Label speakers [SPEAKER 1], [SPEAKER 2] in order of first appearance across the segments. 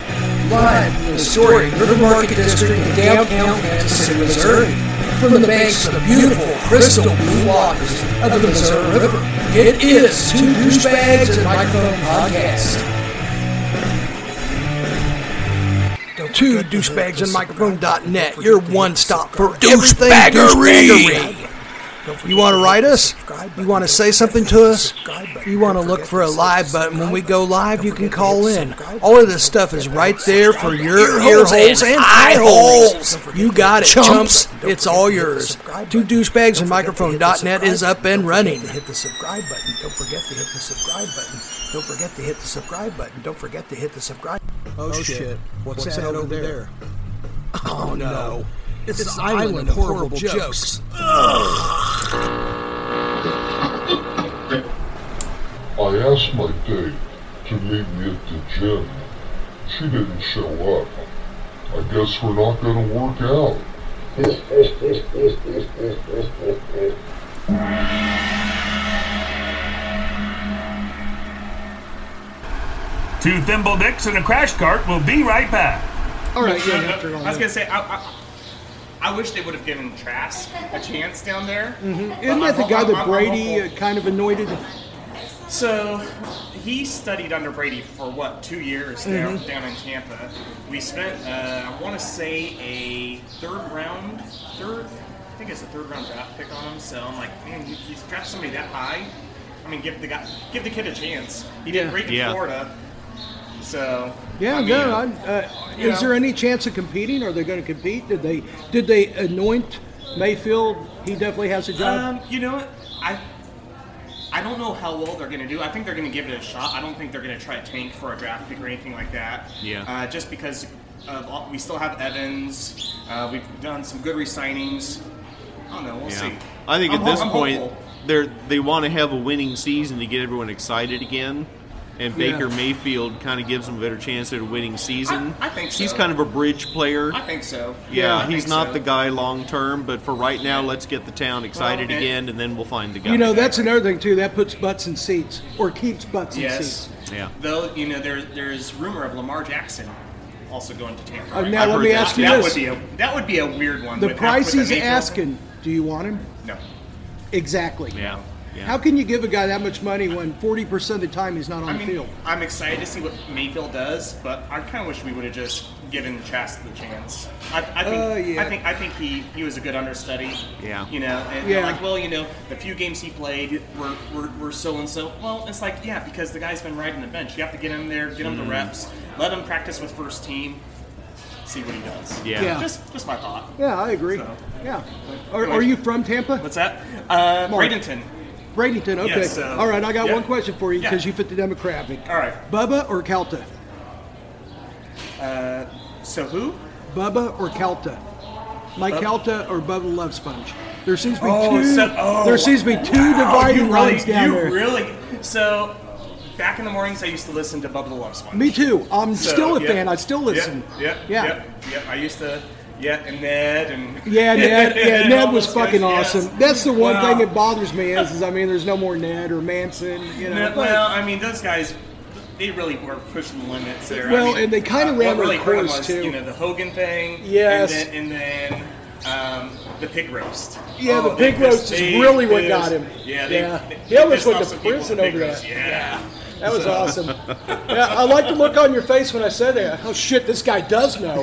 [SPEAKER 1] live in the story River Market District in downtown Kansas City, Missouri, from the banks of the beautiful crystal blue waters of the Missouri River. It is Two Douchebags and Microphone Podcast.
[SPEAKER 2] to douchebagsinmicrophone.net, your one stop for everything douchebaggery. You want to write us? You want to say something to us? You want to look for a live button when we go live? You can call in. All of this stuff is right there for your ear holes and eye holes. You got it, chumps. It's all yours. Two douchebagsinmicrophone.net is up and running.
[SPEAKER 3] Hit the subscribe button. Don't forget to hit the subscribe button. Don't forget to hit the subscribe button. Don't forget to hit the subscribe.
[SPEAKER 2] Oh shit! What's that over there?
[SPEAKER 3] Oh no!
[SPEAKER 2] It's the island of horrible jokes.
[SPEAKER 4] I asked my date to meet me at the gym. She didn't show up. I guess we're not gonna work out.
[SPEAKER 5] Two thimble dicks and a crash cart. We'll be right back.
[SPEAKER 6] All right, yeah,
[SPEAKER 7] I
[SPEAKER 6] after all
[SPEAKER 7] was
[SPEAKER 6] that.
[SPEAKER 7] gonna say, I, I, I wish they would have given Trask a chance down there.
[SPEAKER 6] Mm-hmm. Isn't that the guy that Brady uh, kind of anointed?
[SPEAKER 7] So he studied under Brady for what two years down
[SPEAKER 6] Mm-hmm.
[SPEAKER 7] down in Tampa. We spent, uh, I want to say, a third round, third, I think it's a third round draft pick on him. So I'm like, man, you, you draft somebody that high. I mean, give the guy, give the kid a chance. He did great in
[SPEAKER 5] Yeah.
[SPEAKER 7] Florida. So
[SPEAKER 6] Yeah,
[SPEAKER 7] I mean,
[SPEAKER 6] no. I'm, uh,
[SPEAKER 7] you
[SPEAKER 6] is there
[SPEAKER 7] know.
[SPEAKER 6] any chance of competing? Are they going to compete? Did they did they anoint Mayfield? He definitely has a job.
[SPEAKER 7] Um, you know what? I I don't know how well they're gonna do. I think they're gonna give it a shot. I don't think they're gonna try to tank for a draft pick or anything like that.
[SPEAKER 5] Yeah.
[SPEAKER 7] Uh, just because of, all- we still have Evans. Uh, we've done some good resignings. I don't know. We'll
[SPEAKER 8] Yeah.
[SPEAKER 7] see.
[SPEAKER 8] I think
[SPEAKER 7] I'm
[SPEAKER 8] at
[SPEAKER 7] ho-
[SPEAKER 8] this
[SPEAKER 7] I'm
[SPEAKER 8] point
[SPEAKER 7] hopeful.
[SPEAKER 8] they're they want to have a winning season to get everyone excited again. And Baker Mayfield kind of gives them a better chance at a winning season.
[SPEAKER 7] I- I think
[SPEAKER 8] He's
[SPEAKER 7] so.
[SPEAKER 8] kind of a bridge player.
[SPEAKER 7] I think so.
[SPEAKER 8] yeah,
[SPEAKER 7] I
[SPEAKER 8] he's
[SPEAKER 7] think
[SPEAKER 8] not
[SPEAKER 7] so.
[SPEAKER 8] the guy long term, but for right now, let's get the town excited
[SPEAKER 7] and-
[SPEAKER 8] again, and then we'll find the guy.
[SPEAKER 6] you know, that's another thing too. That puts butts in seats or keeps butts in
[SPEAKER 7] Yes.
[SPEAKER 6] seats.
[SPEAKER 8] Yeah.
[SPEAKER 7] Though you know there there's rumor of Lamar Jackson also going to Tampa.
[SPEAKER 6] Uh,
[SPEAKER 7] right?
[SPEAKER 6] now let
[SPEAKER 8] heard
[SPEAKER 6] me
[SPEAKER 8] that.
[SPEAKER 6] ask you
[SPEAKER 7] that
[SPEAKER 6] this:
[SPEAKER 7] would be a that would be a weird one.
[SPEAKER 6] the
[SPEAKER 7] with-
[SPEAKER 6] price
[SPEAKER 7] with the
[SPEAKER 6] he's
[SPEAKER 7] Mayfield.
[SPEAKER 6] asking, do you want him?
[SPEAKER 7] No.
[SPEAKER 6] Exactly.
[SPEAKER 8] yeah, yeah.
[SPEAKER 6] How can you give a guy that much money when 40% of the time he's not on
[SPEAKER 7] I
[SPEAKER 6] the
[SPEAKER 7] mean,
[SPEAKER 6] field?
[SPEAKER 7] I'm excited to see what Mayfield does, but I kind of wish we would have just given Trask the chance. I, I think,
[SPEAKER 6] Oh, yeah.
[SPEAKER 7] I think, I think he, he was a good understudy.
[SPEAKER 8] Yeah.
[SPEAKER 7] You know, and
[SPEAKER 6] Yeah.
[SPEAKER 7] they're like, well, you know, the few games he played were, were, were so and so. Well, it's like, yeah, because the guy's been riding the bench. You have to get him there, get him the reps, let him practice with first team, see what he does.
[SPEAKER 8] Yeah.
[SPEAKER 6] Yeah.
[SPEAKER 7] Just, just my thought.
[SPEAKER 6] Yeah, I agree.
[SPEAKER 7] So-
[SPEAKER 6] Yeah. Are, are you from Tampa?
[SPEAKER 7] What's that? Uh,
[SPEAKER 6] Mark.
[SPEAKER 7] Bradenton.
[SPEAKER 6] Bradenton, okay.
[SPEAKER 7] Yes, uh,
[SPEAKER 6] All right, I got
[SPEAKER 7] yeah.
[SPEAKER 6] one question for you
[SPEAKER 7] Yeah.
[SPEAKER 6] because you fit the demographic.
[SPEAKER 7] All right.
[SPEAKER 6] Bubba or Calta?
[SPEAKER 7] So who?
[SPEAKER 6] Bubba or Calta? Mike Calta or Bubba Love Sponge? There seems to be
[SPEAKER 7] Oh,
[SPEAKER 6] two.
[SPEAKER 7] so- oh,
[SPEAKER 6] there seems to be two
[SPEAKER 7] Oh, you
[SPEAKER 6] dividing
[SPEAKER 7] really,
[SPEAKER 6] lines down
[SPEAKER 7] you
[SPEAKER 6] there.
[SPEAKER 7] really. So, back in the mornings, I used to listen to Bubba the Love Sponge.
[SPEAKER 6] Me too. I'm
[SPEAKER 7] So,
[SPEAKER 6] still a
[SPEAKER 7] yeah,
[SPEAKER 6] fan. I still listen.
[SPEAKER 7] Yeah, yeah,
[SPEAKER 6] Yeah.
[SPEAKER 7] yeah. yeah. I used to. Yeah, and Ned and.
[SPEAKER 6] Yeah, Ned. Yeah, Ned
[SPEAKER 7] all
[SPEAKER 6] was
[SPEAKER 7] those
[SPEAKER 6] fucking
[SPEAKER 7] guys, yes.
[SPEAKER 6] awesome. That's the one
[SPEAKER 7] Well,
[SPEAKER 6] thing that bothers me is, is I mean, there's no more Ned or Manson. You know.
[SPEAKER 7] no,
[SPEAKER 6] but-
[SPEAKER 7] well, I mean, those guys, they really were pushing the limits there. I
[SPEAKER 6] Well,
[SPEAKER 7] mean,
[SPEAKER 6] and they kinda
[SPEAKER 7] uh,
[SPEAKER 6] ran their
[SPEAKER 7] what really hurt 'em
[SPEAKER 6] course,
[SPEAKER 7] was,
[SPEAKER 6] too.
[SPEAKER 7] You know, the Hogan thing.
[SPEAKER 6] Yes.
[SPEAKER 7] And then, and then um, the pig roast. Oh,
[SPEAKER 6] Yeah, the
[SPEAKER 7] they
[SPEAKER 6] pig roast
[SPEAKER 7] pissed-
[SPEAKER 6] is
[SPEAKER 7] they
[SPEAKER 6] really what
[SPEAKER 7] pissed-
[SPEAKER 6] got him.
[SPEAKER 7] Yeah, they,
[SPEAKER 6] Yeah.
[SPEAKER 7] they-
[SPEAKER 6] He
[SPEAKER 7] they
[SPEAKER 6] almost
[SPEAKER 7] pissed
[SPEAKER 6] went
[SPEAKER 7] off
[SPEAKER 6] to
[SPEAKER 7] some people at
[SPEAKER 6] prison
[SPEAKER 7] the pig
[SPEAKER 6] over
[SPEAKER 7] roast,
[SPEAKER 6] that.
[SPEAKER 7] Yeah.
[SPEAKER 6] That was awesome. Yeah, I like the look on your face when I said that. Oh shit, this guy does know.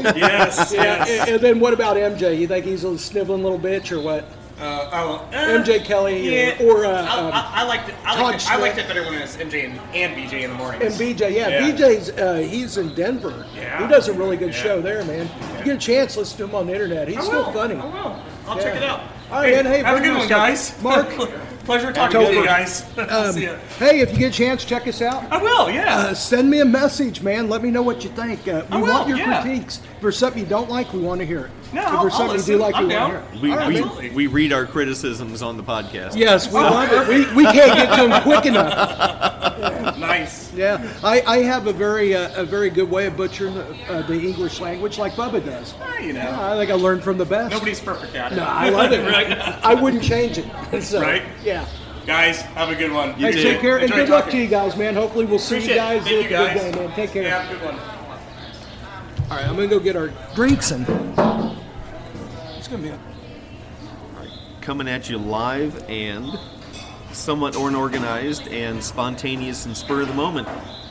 [SPEAKER 7] Yes,
[SPEAKER 6] Yeah,
[SPEAKER 7] yes.
[SPEAKER 6] and, and then what about MJ? You think he's a sniveling little bitch or what?
[SPEAKER 7] Uh, oh, uh,
[SPEAKER 6] MJ Kelly or, uh,
[SPEAKER 7] I,
[SPEAKER 6] um,
[SPEAKER 7] I, I liked it. I
[SPEAKER 6] Todd
[SPEAKER 7] liked it, I liked
[SPEAKER 6] Schmidt.
[SPEAKER 7] it better when it was MJ and, and BJ in the morning.
[SPEAKER 6] And BJ, yeah,
[SPEAKER 7] Yeah.
[SPEAKER 6] BJ's uh, he's in Denver.
[SPEAKER 7] Yeah.
[SPEAKER 6] He does a really good
[SPEAKER 7] Yeah.
[SPEAKER 6] show there, man. If you get a chance, listen to him on the internet. He's
[SPEAKER 7] I
[SPEAKER 6] still
[SPEAKER 7] will.
[SPEAKER 6] funny.
[SPEAKER 7] I will. I'll check
[SPEAKER 6] Yeah.
[SPEAKER 7] it out.
[SPEAKER 6] All right, man. Hey,
[SPEAKER 7] have a
[SPEAKER 6] bring
[SPEAKER 7] good
[SPEAKER 6] us
[SPEAKER 7] one,
[SPEAKER 6] up.
[SPEAKER 7] guys.
[SPEAKER 6] Mark.
[SPEAKER 7] pleasure talking to
[SPEAKER 6] Topher.
[SPEAKER 7] you guys.
[SPEAKER 6] Um,
[SPEAKER 7] See ya.
[SPEAKER 6] hey, if you get a chance, check us out.
[SPEAKER 7] I will. Yeah.
[SPEAKER 6] Uh, send me a message, man. Let me know what you think. Uh, we
[SPEAKER 7] I will,
[SPEAKER 6] want your
[SPEAKER 7] yeah.
[SPEAKER 6] critiques. If there's something you don't like, we want to hear it.
[SPEAKER 7] No,
[SPEAKER 6] if
[SPEAKER 7] I'll-
[SPEAKER 6] there's
[SPEAKER 7] I'll
[SPEAKER 6] something you
[SPEAKER 7] listen.
[SPEAKER 6] do like,
[SPEAKER 7] I'm
[SPEAKER 6] we
[SPEAKER 7] down.
[SPEAKER 6] want to hear
[SPEAKER 8] we,
[SPEAKER 6] it. All right, man.
[SPEAKER 8] we, we read our criticisms on the podcast.
[SPEAKER 6] Yes,
[SPEAKER 7] Oh,
[SPEAKER 6] we love it. We, we can't get to them quick enough.
[SPEAKER 7] nice.
[SPEAKER 6] Yeah, I, I have a very uh, a very good way of butchering the, uh, the English language, like Bubba does.
[SPEAKER 7] Ah, you know,
[SPEAKER 6] I think I learned from the best.
[SPEAKER 7] nobody's perfect at it.
[SPEAKER 6] No, I love it.
[SPEAKER 7] right.
[SPEAKER 6] I wouldn't change it. So,
[SPEAKER 7] Right.
[SPEAKER 6] Yeah.
[SPEAKER 7] Guys, have a good one.
[SPEAKER 6] Hey,
[SPEAKER 8] too.
[SPEAKER 6] take care and
[SPEAKER 7] Enjoy
[SPEAKER 6] good luck
[SPEAKER 7] talking.
[SPEAKER 6] to you guys, man. Hopefully, we'll see
[SPEAKER 7] Appreciate
[SPEAKER 6] you
[SPEAKER 7] it.
[SPEAKER 6] guys. Have a
[SPEAKER 7] Thank you guys.
[SPEAKER 6] Good day, man. Take care.
[SPEAKER 7] Yeah, have a good one.
[SPEAKER 6] All right, I'm gonna go get our
[SPEAKER 2] Drinks and
[SPEAKER 6] It's gonna be a
[SPEAKER 8] coming at you live and somewhat unorganized and spontaneous and spur of the moment.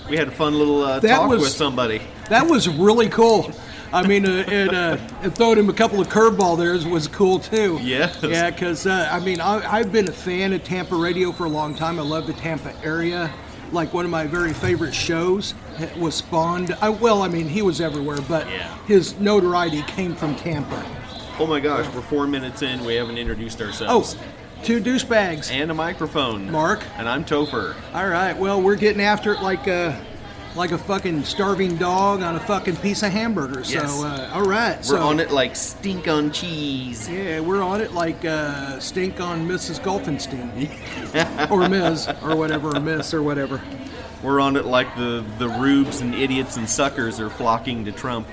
[SPEAKER 8] We had a fun little uh,
[SPEAKER 6] That
[SPEAKER 8] talk
[SPEAKER 6] was-
[SPEAKER 8] with somebody.
[SPEAKER 6] That was really cool. I mean, uh, and, uh, and throwing him a couple of curveball there is- was cool too.
[SPEAKER 8] Yes.
[SPEAKER 6] Yeah, because uh, I mean, I, I've been a fan of Tampa radio for a long time. I love the Tampa area. Like one of my very favorite shows was spawned. I, well, I mean, he was everywhere, but
[SPEAKER 8] Yeah.
[SPEAKER 6] his notoriety came from Tampa.
[SPEAKER 8] Oh my gosh, we're four minutes in. We haven't introduced
[SPEAKER 6] Oh,
[SPEAKER 8] ourselves.
[SPEAKER 6] two douchebags.
[SPEAKER 8] And a microphone.
[SPEAKER 6] Mark.
[SPEAKER 8] And I'm Topher.
[SPEAKER 6] All right. Well, we're getting after it like a like a fucking starving dog on a fucking piece of hamburger. So,
[SPEAKER 8] Yes.
[SPEAKER 6] uh, all right.
[SPEAKER 8] We're
[SPEAKER 6] so,
[SPEAKER 8] on it like stink on cheese.
[SPEAKER 6] Yeah, we're on it like uh, stink on Mrs. Golfenstein. or Ms. or whatever, or Miss or whatever.
[SPEAKER 8] We're on it like the, the rubes and idiots and suckers are flocking to Trump.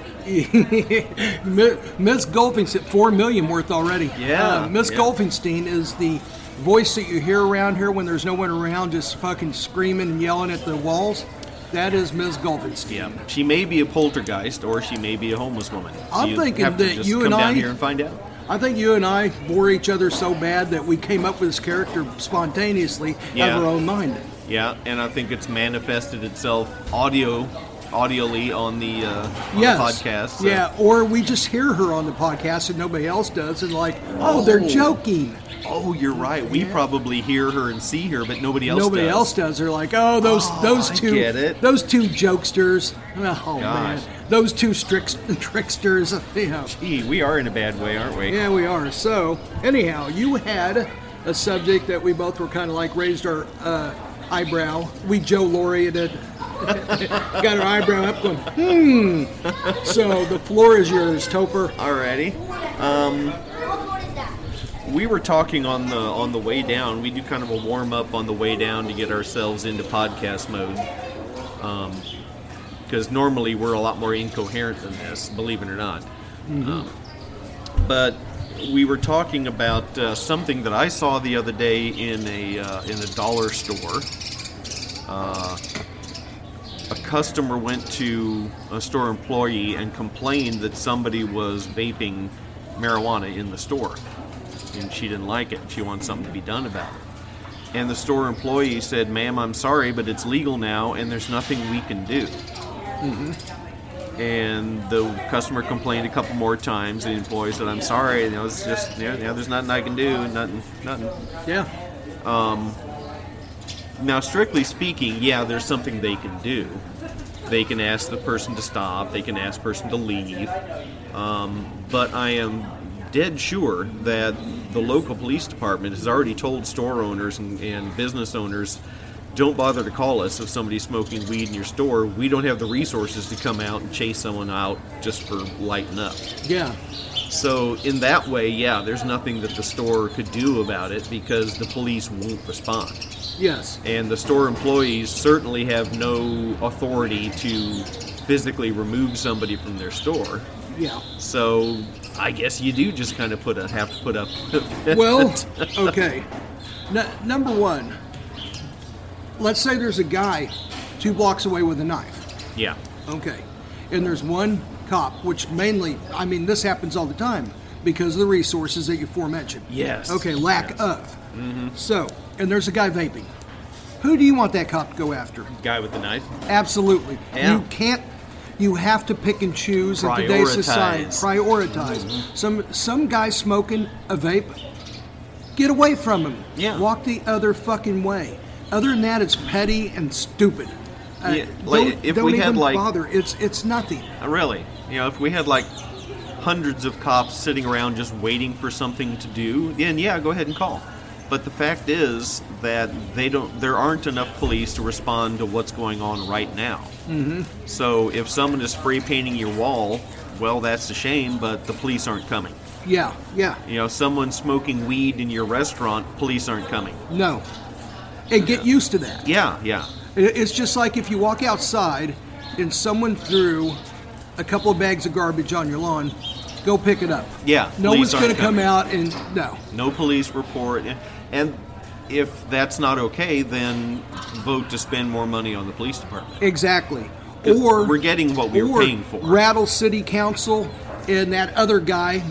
[SPEAKER 6] Mi- Miss Golfenstein, four million worth already.
[SPEAKER 8] Yeah,
[SPEAKER 6] Uh, Miss
[SPEAKER 8] yeah.
[SPEAKER 6] Golfenstein is the voice that you hear around here when there's no one around, just fucking screaming and yelling at the walls. That is Miss Golfenstein.
[SPEAKER 8] Yeah. She may be a poltergeist or she may be a homeless woman.
[SPEAKER 6] I'm thinking
[SPEAKER 8] have to
[SPEAKER 6] that
[SPEAKER 8] just
[SPEAKER 6] you
[SPEAKER 8] come
[SPEAKER 6] and
[SPEAKER 8] down
[SPEAKER 6] I-
[SPEAKER 8] here and find out.
[SPEAKER 6] I think you and I bore each other so bad that we came up with this character spontaneously out
[SPEAKER 8] Yeah.
[SPEAKER 6] of our own mind.
[SPEAKER 8] Yeah, and I think it's manifested itself audio, audioly on the, uh, on
[SPEAKER 6] yes.
[SPEAKER 8] the podcast. so-
[SPEAKER 6] Yeah, or we just hear her on the podcast and nobody else does, and like, oh, they're joking.
[SPEAKER 8] Oh, you're right. We probably hear her and see her, but nobody else.
[SPEAKER 6] nobody
[SPEAKER 8] does.
[SPEAKER 6] else does. They're like, oh, those those
[SPEAKER 8] I
[SPEAKER 6] two,
[SPEAKER 8] get it.
[SPEAKER 6] those two jokesters. Oh
[SPEAKER 8] Gosh.
[SPEAKER 6] man, those two stricks, tricksters. You know.
[SPEAKER 8] Gee, we are in a bad way, aren't we?
[SPEAKER 6] Yeah, we are. So, anyhow, you had a subject that we both were kind of like raised our uh, eyebrow. We Joe Laureate it. Got our eyebrow up going, hmm. So the floor is yours, Topher.
[SPEAKER 8] Alrighty. Um, we were talking on the on the way down. We do kind of a warm up on the way down to get ourselves into podcast mode. Because normally we're a lot more incoherent than this, believe it or not. Um, but we were talking about uh, something that I saw the other day in a uh, in a dollar store. a customer went to a store employee and complained that somebody was vaping marijuana in the store. And she didn't like it. She wants something to be done about it. And the store employee said, Ma'am, I'm sorry, but it's legal now and there's nothing we can do. And the customer complained a couple more times. The employee said, I'm sorry. You know, it's just, you know, there's nothing I can do. Nothing, nothing.
[SPEAKER 6] Yeah.
[SPEAKER 8] Now, strictly speaking, yeah, there's something they can do. They can ask the person to stop. They can ask the person to leave. Um, but I am dead sure that the local police department has already told store owners and, and business owners, don't bother to call us if somebody's smoking weed in your store. We don't have the resources to come out and chase someone out just for lighting up.
[SPEAKER 6] Yeah.
[SPEAKER 8] So in that way, yeah, there's nothing that the store could do about it because the police won't respond
[SPEAKER 6] Yes.
[SPEAKER 8] and the store employees certainly have no authority to physically remove somebody from their store.
[SPEAKER 6] Yeah.
[SPEAKER 8] So I guess you do just kind of put a, have to put up.
[SPEAKER 6] Well, okay. N- number one, let's say there's a guy two blocks away with a knife.
[SPEAKER 8] yeah,
[SPEAKER 6] Okay. And there's one cop, which mainly, I mean, this happens all the time because of the resources that you aforementioned.
[SPEAKER 8] Yes. Mm-hmm.
[SPEAKER 6] Okay, lack of. So, and there's a guy vaping. Who do you want that cop to go after?
[SPEAKER 8] guy with the knife.
[SPEAKER 6] Absolutely.
[SPEAKER 8] Yeah.
[SPEAKER 6] You can't. You have to pick and choose in today's society. Prioritize. Some some guy smoking a vape. Get away from him.
[SPEAKER 8] Yeah.
[SPEAKER 6] Walk the other fucking way. Other than that, it's petty and stupid. Uh,
[SPEAKER 8] Yeah, like,
[SPEAKER 6] don't
[SPEAKER 8] if
[SPEAKER 6] don't
[SPEAKER 8] we
[SPEAKER 6] even
[SPEAKER 8] had, like-
[SPEAKER 6] bother. It's it's nothing.
[SPEAKER 8] Uh, Really, you know, if we had like hundreds of cops sitting around just waiting for something to do, then yeah, go ahead and call. But the fact is that they don't. There aren't enough police to respond to what's going on right now. So if someone is spray painting your wall, well, that's a shame, but the police aren't coming.
[SPEAKER 6] Yeah, yeah.
[SPEAKER 8] You know, someone smoking weed in your restaurant, police aren't coming.
[SPEAKER 6] No. And get used to that.
[SPEAKER 8] Yeah, yeah,
[SPEAKER 6] It- It's just like if you walk outside and someone threw a couple of bags of garbage on your lawn, go pick it up.
[SPEAKER 8] Yeah,
[SPEAKER 6] No
[SPEAKER 8] police
[SPEAKER 6] one's going to come
[SPEAKER 8] aren't coming.
[SPEAKER 6] out and no.
[SPEAKER 8] no police report. And if that's not okay, then vote to spend more money on the police department.
[SPEAKER 6] Exactly. or
[SPEAKER 8] we're getting what we were
[SPEAKER 6] or
[SPEAKER 8] paying for.
[SPEAKER 6] Rattle City Council and that other guy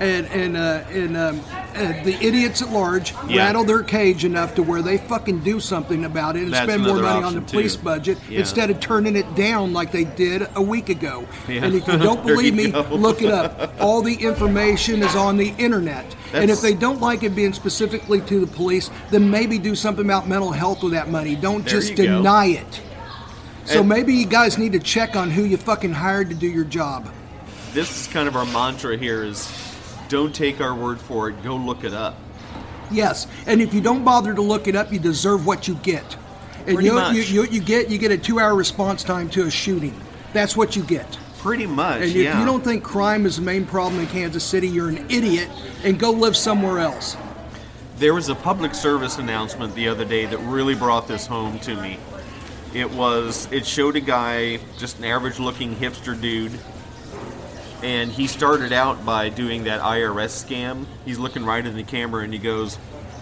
[SPEAKER 6] and and uh, and um, uh, the idiots at large
[SPEAKER 8] Yeah.
[SPEAKER 6] rattle their cage enough to where they fucking do something about it and
[SPEAKER 8] That's
[SPEAKER 6] spend more
[SPEAKER 8] another
[SPEAKER 6] money on the
[SPEAKER 8] option,
[SPEAKER 6] police
[SPEAKER 8] too.
[SPEAKER 6] budget
[SPEAKER 8] Yeah.
[SPEAKER 6] instead of turning it down like they did a week ago.
[SPEAKER 8] Yeah.
[SPEAKER 6] And if you don't
[SPEAKER 8] There
[SPEAKER 6] believe
[SPEAKER 8] you
[SPEAKER 6] me,
[SPEAKER 8] go.
[SPEAKER 6] look it up. All the information is on the internet. and
[SPEAKER 8] That's-
[SPEAKER 6] if they don't like it being specifically to the police, then maybe do something about mental health with that money. Don't
[SPEAKER 8] There
[SPEAKER 6] just
[SPEAKER 8] you go.
[SPEAKER 6] deny it. So
[SPEAKER 8] And-
[SPEAKER 6] maybe you guys need to check on who you fucking hired to do your job.
[SPEAKER 8] This is kind of our mantra here: is don't take our word for it. Go look it up.
[SPEAKER 6] Yes, and if you don't bother to look it up, you deserve what you get. And
[SPEAKER 8] Pretty
[SPEAKER 6] you,
[SPEAKER 8] much.
[SPEAKER 6] you, you you get you get a two-hour response time to a shooting. That's what you get.
[SPEAKER 8] Pretty much.
[SPEAKER 6] And if
[SPEAKER 8] yeah.
[SPEAKER 6] you don't think crime is the main problem in Kansas City, you're an idiot and go live somewhere else.
[SPEAKER 8] There was a public service announcement the other day that really brought this home to me. It was it showed a guy, just an average-looking hipster dude, and he started out by doing that IRS scam. He's looking right in the camera and he goes,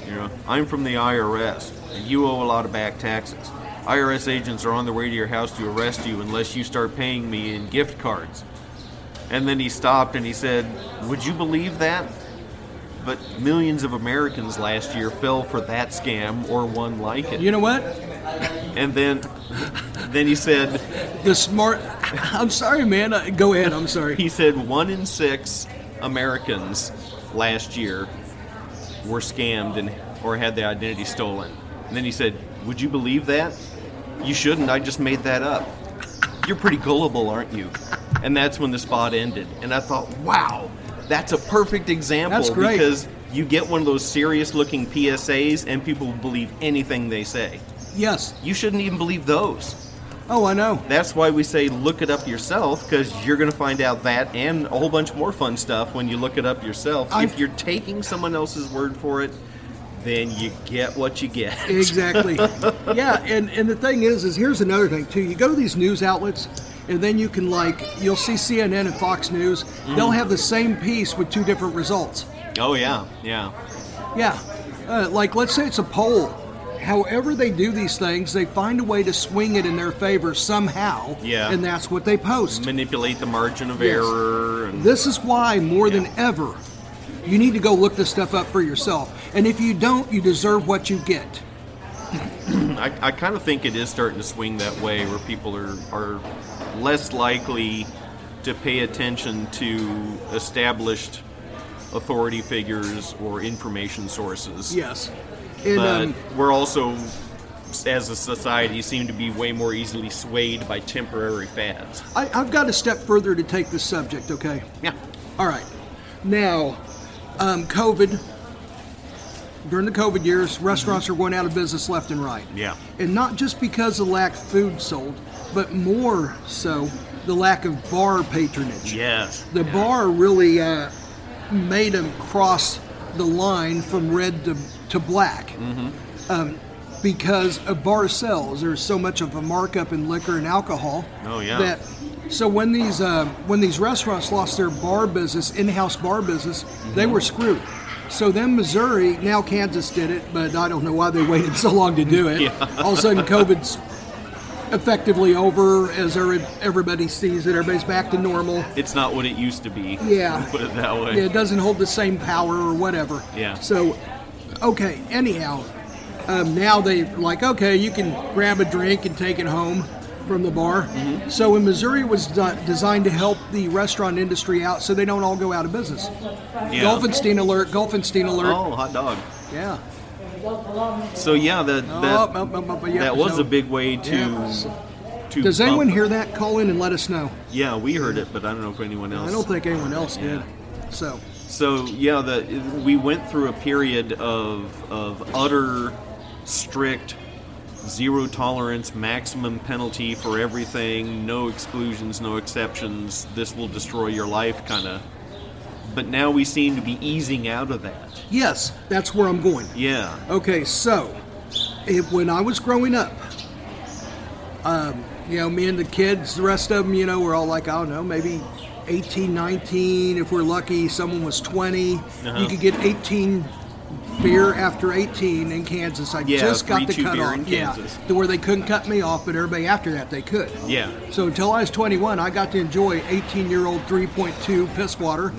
[SPEAKER 8] you know, I'm from the IRS. And you owe a lot of back taxes. IRS agents are on their way to your house to arrest you unless you start paying me in gift cards. And then he stopped and he said, "Would you believe that? But millions of Americans last year fell for that scam or one like it.
[SPEAKER 6] You know what?
[SPEAKER 8] and then, then he said,
[SPEAKER 6] The smart. I'm sorry, man. Uh, Go ahead. I'm sorry.
[SPEAKER 8] he said one in six Americans last year were scammed and or had their identity stolen. And then he said, "Would you believe that? You shouldn't. I just made that up. You're pretty gullible, aren't you?" And that's when the spot ended. And I thought, "Wow, that's a perfect example
[SPEAKER 6] That's great.
[SPEAKER 8] because you get one of those serious-looking PSAs and people believe anything they say.
[SPEAKER 6] Yes.
[SPEAKER 8] You shouldn't even believe those."
[SPEAKER 6] Oh, I know.
[SPEAKER 8] That's why we say look it up yourself because you're going to find out that and a whole bunch more fun stuff when you look it up yourself.
[SPEAKER 6] I-
[SPEAKER 8] if you're taking someone else's word for it, then you get what you get.
[SPEAKER 6] Exactly. yeah, and and the thing is, is here's another thing too. You go to these news outlets, and then you can like you'll see CNN and Fox News.
[SPEAKER 8] Mm-hmm.
[SPEAKER 6] They'll have the same piece with two different results.
[SPEAKER 8] Oh yeah, yeah.
[SPEAKER 6] Yeah, uh, like let's say it's a poll. However they do these things, they find a way to swing it in their favor somehow.
[SPEAKER 8] Yeah.
[SPEAKER 6] and that's what they post.
[SPEAKER 8] Manipulate the margin of
[SPEAKER 6] Yes.
[SPEAKER 8] error and
[SPEAKER 6] This is why, more than ever, you need to go look this stuff up for yourself. And if you don't, you deserve what you get.
[SPEAKER 8] I, I kind of think it is starting to swing that way where people are, are less likely to pay attention to established authority figures or information sources.
[SPEAKER 6] Yes. And,
[SPEAKER 8] but
[SPEAKER 6] um,
[SPEAKER 8] we're also as a society seem to be way more easily swayed by temporary fads
[SPEAKER 6] I, I've got a step further to take this subject, okay?
[SPEAKER 8] yeah
[SPEAKER 6] All right. Now, um, COVID, during the COVID years, restaurants are going out of business left and right.
[SPEAKER 8] Yeah.
[SPEAKER 6] And not just because of lack of food sold, but more so the lack of bar patronage.
[SPEAKER 8] yes
[SPEAKER 6] The bar really uh, made them cross the line from red to, to black.
[SPEAKER 8] Mm-hmm.
[SPEAKER 6] Um, because a bar sells, there's so much of a markup in liquor and alcohol.
[SPEAKER 8] Oh, yeah.
[SPEAKER 6] That so when these uh, when these restaurants lost their bar business, in-house bar business,
[SPEAKER 8] Mm-hmm.
[SPEAKER 6] they were screwed. So then Missouri, now Kansas did it, but I don't know why they waited so long to do it. All of a sudden, COVID's effectively over as every- everybody sees it. Everybody's back to normal.
[SPEAKER 8] it's not what it used to be
[SPEAKER 6] Yeah.
[SPEAKER 8] put it that way
[SPEAKER 6] Yeah, it doesn't hold the same power or whatever.
[SPEAKER 8] Yeah.
[SPEAKER 6] So, okay. Anyhow, um, now they like okay, you can grab a drink and take it home from the bar.
[SPEAKER 8] Mm-hmm.
[SPEAKER 6] So in Missouri, it was de- designed to help the restaurant industry out, so they don't all go out of business.
[SPEAKER 8] Yeah.
[SPEAKER 6] Golfenstein alert! Golfenstein alert!
[SPEAKER 8] oh hot dog
[SPEAKER 6] Yeah.
[SPEAKER 8] so yeah that
[SPEAKER 6] Oh,
[SPEAKER 8] that,
[SPEAKER 6] oh, oh, oh, yeah,
[SPEAKER 8] that was
[SPEAKER 6] so-
[SPEAKER 8] a big way to
[SPEAKER 6] Yeah.
[SPEAKER 8] to
[SPEAKER 6] Does anyone
[SPEAKER 8] bump-
[SPEAKER 6] hear that? Call in and let us know.
[SPEAKER 8] yeah we heard it but i don't know if anyone else
[SPEAKER 6] I don't think anyone else did. So
[SPEAKER 8] So yeah, the we went through a period of of utter strict zero tolerance, maximum penalty for everything, no exclusions, no exceptions. This will destroy your life, kind of. But now we seem to be easing out of that.
[SPEAKER 6] yes, that's where I'm going.
[SPEAKER 8] Yeah.
[SPEAKER 6] Okay, so if, when I was growing up, um, you know, me and the kids, the rest of them, you know, were all like, I don't know, maybe
[SPEAKER 8] Uh-huh.
[SPEAKER 6] 18, 19. If we're lucky, someone was 20. You could get 18 beer after 18 in Kansas. I
[SPEAKER 8] Yeah,
[SPEAKER 6] just got
[SPEAKER 8] free
[SPEAKER 6] the
[SPEAKER 8] cheap
[SPEAKER 6] cut
[SPEAKER 8] beer
[SPEAKER 6] off.
[SPEAKER 8] in
[SPEAKER 6] Yeah,
[SPEAKER 8] Kansas.
[SPEAKER 6] to where they couldn't cut me off, but everybody after that they could.
[SPEAKER 8] Yeah.
[SPEAKER 6] So until I was 21, I got to enjoy 18-year-old 3.2 piss water.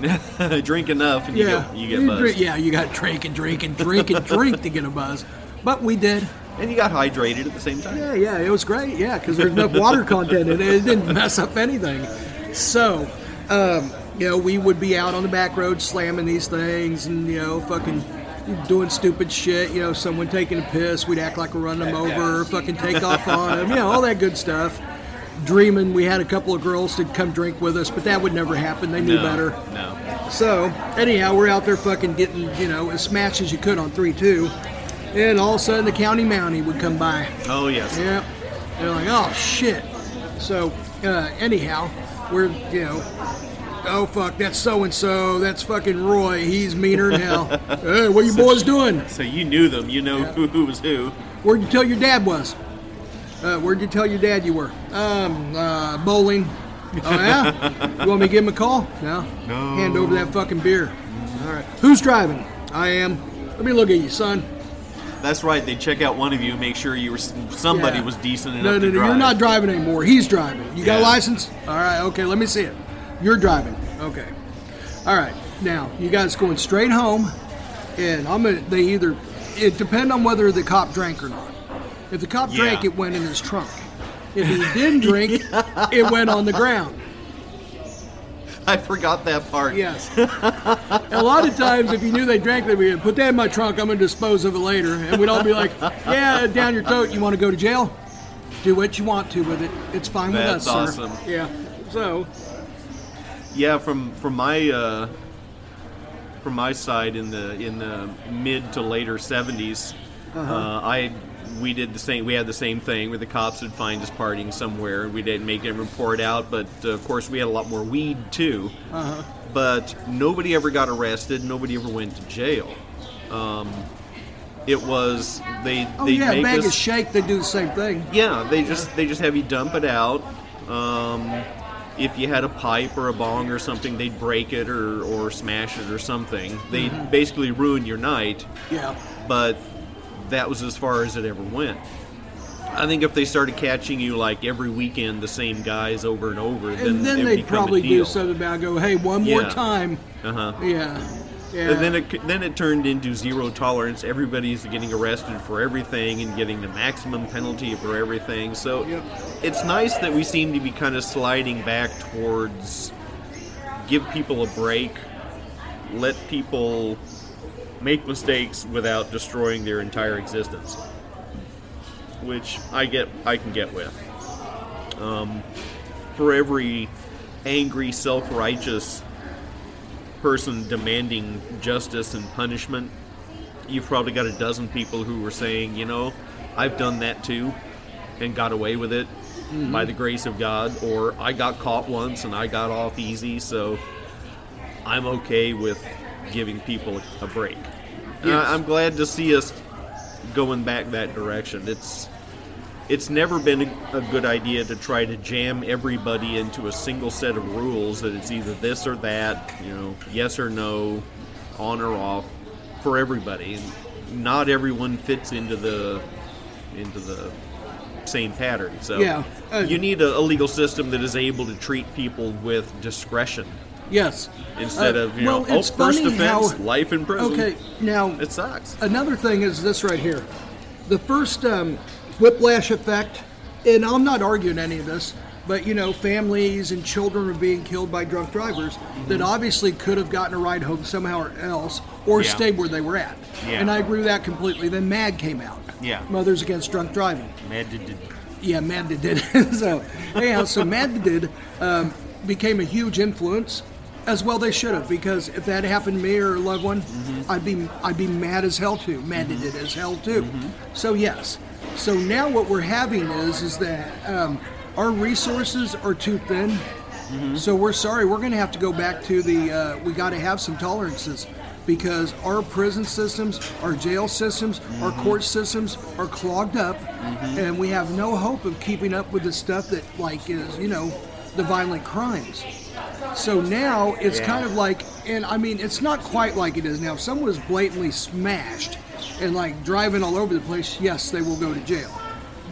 [SPEAKER 8] drink enough and
[SPEAKER 6] yeah,
[SPEAKER 8] you get, you get buzzed.
[SPEAKER 6] drink- yeah, you got to drink and drink and drink and drink to get a buzz. But we did.
[SPEAKER 8] And you got hydrated at the same time.
[SPEAKER 6] Yeah, yeah, it was great. Yeah, because there's enough water content in it. It didn't mess up anything. So, um, you know, we would be out on the back road slamming these things and, you know, fucking doing stupid shit. You know, someone taking a piss, we'd act like we're running them over, fucking take off on them, you know, all that good stuff. Dreaming we had a couple of girls to come drink with us, but that would never happen. They knew
[SPEAKER 8] No,
[SPEAKER 6] better.
[SPEAKER 8] No.
[SPEAKER 6] So, anyhow, we're out there fucking getting, you know, as smashed as you could on 3 2. And all of a sudden, the county mountie would come by.
[SPEAKER 8] Oh yes.
[SPEAKER 6] Yep. They're like, oh shit. So uh, anyhow, we're you know, oh fuck, that's so and so, that's fucking Roy. He's meaner than hell. hey, what you boys doing?
[SPEAKER 8] So you knew them. You know who, who was who.
[SPEAKER 6] Where'd you tell your dad was? Uh, where'd you tell your dad you were? Um, uh, bowling. Oh yeah. you want me to give him a call? No. No. Hand over that fucking beer. All right. Who's driving? I am. Let me look at you, son.
[SPEAKER 8] That's right. They check out one of you, make sure you were somebody
[SPEAKER 6] Yeah.
[SPEAKER 8] was decent enough
[SPEAKER 6] No, no,
[SPEAKER 8] to
[SPEAKER 6] no,
[SPEAKER 8] drive.
[SPEAKER 6] you're not driving anymore. He's driving. You got a
[SPEAKER 8] Yeah.
[SPEAKER 6] license? All right, okay, let me see it. You're driving. Okay. All right. Now, you guys going straight home and I'm gonna they either it depend on whether the cop drank or not. If the cop drank,
[SPEAKER 8] Yeah.
[SPEAKER 6] it went in his trunk. If he didn't drink, it went on the ground.
[SPEAKER 8] I forgot that part.
[SPEAKER 6] Yes. a lot of times, if you knew they drank, they'd be like, put that in my trunk. I'm going to dispose of it later. And we'd all be like, yeah, down your throat. You want to go to jail? Do what you want to with it. It's fine
[SPEAKER 8] That's
[SPEAKER 6] with us,
[SPEAKER 8] awesome.
[SPEAKER 6] sir. Yeah. So,
[SPEAKER 8] Yeah, from from my uh, from my side in the in the mid to later 70s, uh
[SPEAKER 6] Uh-huh.
[SPEAKER 8] I we did the same. We had the same thing where the cops would find us partying somewhere. We didn't make them report out, but uh, of course we had a lot more weed too. Uh-huh. But nobody ever got arrested. Nobody ever went to jail. Um, it was they.
[SPEAKER 6] oh
[SPEAKER 8] they
[SPEAKER 6] yeah,
[SPEAKER 8] make
[SPEAKER 6] bag
[SPEAKER 8] us,
[SPEAKER 6] of shake. They do the same thing.
[SPEAKER 8] yeah, they just they just have you dump it out. Um, if you had a pipe or a bong or something, they'd break it or, or smash it or something. They
[SPEAKER 6] Mm-hmm.
[SPEAKER 8] would basically ruin your night,
[SPEAKER 6] Yeah.
[SPEAKER 8] but that was as far as it ever went. I think if they started catching you like every weekend, the same guys over and over,
[SPEAKER 6] And then,
[SPEAKER 8] it would
[SPEAKER 6] they'd
[SPEAKER 8] become a
[SPEAKER 6] probably do
[SPEAKER 8] deal.
[SPEAKER 6] something about it, go, hey, one more
[SPEAKER 8] Yeah.
[SPEAKER 6] time.
[SPEAKER 8] Uh-huh.
[SPEAKER 6] Yeah. Yeah.
[SPEAKER 8] And then it c- then it turned into zero tolerance. Everybody's getting arrested for everything and getting the maximum penalty for everything. So
[SPEAKER 6] Yep.
[SPEAKER 8] it's nice that we seem to be kind of sliding back towards give people a break, let people make mistakes without destroying their entire existence, which I get I can get with. Um, for every angry, self-righteous person demanding justice and punishment, you've probably got a dozen people who were saying, you know, I've done that too and got away with it by the grace of God, or I got caught once and I got off easy, so I'm okay with giving people a break. And I- I'm glad to see us going back that direction. It's it's never been a, a good idea to try to jam everybody into a single set of rules that it's either this or that, you know, yes or no, on or off for everybody. And not everyone fits into the into the same pattern. So
[SPEAKER 6] Yeah, uh,
[SPEAKER 8] you need a, a legal system that is able to treat people with discretion
[SPEAKER 6] yes.
[SPEAKER 8] instead
[SPEAKER 6] Uh,
[SPEAKER 8] of you
[SPEAKER 6] well,
[SPEAKER 8] know, oh,
[SPEAKER 6] it's
[SPEAKER 8] first
[SPEAKER 6] funny
[SPEAKER 8] offense,
[SPEAKER 6] how-
[SPEAKER 8] life in prison.
[SPEAKER 6] Okay. Now,
[SPEAKER 8] it sucks.
[SPEAKER 6] another thing is this right here the first um, whiplash effect and i'm not arguing any of this but you know families and children are being killed by drunk drivers
[SPEAKER 8] Mm-hmm.
[SPEAKER 6] that obviously could have gotten a ride home somehow or else or
[SPEAKER 8] Yeah.
[SPEAKER 6] stayed where they were at
[SPEAKER 8] Yeah.
[SPEAKER 6] and i agree with that completely then mad came out
[SPEAKER 8] Yeah.
[SPEAKER 6] mothers against drunk driving
[SPEAKER 8] Mad did- did-
[SPEAKER 6] yeah, Madden did. so, anyhow, so Madden did um, became a huge influence, as well they should have, because if that happened to me or a loved one, I'd be I'd be mad as hell too. Madden did as hell too. So yes, so now what we're having is is that um, our resources are too thin. So we're sorry, we're going to have to go back to the. Uh, we got to have some tolerances. Because our prison systems, our jail systems, our
[SPEAKER 2] Mm-hmm.
[SPEAKER 6] court systems are clogged up, and we have no hope of keeping up with the stuff that, like, is you know, the violent crimes. So now it's kind of like, and I mean, it's not quite like it is now. If someone is blatantly smashed and like driving all over the place, yes, they will go to jail.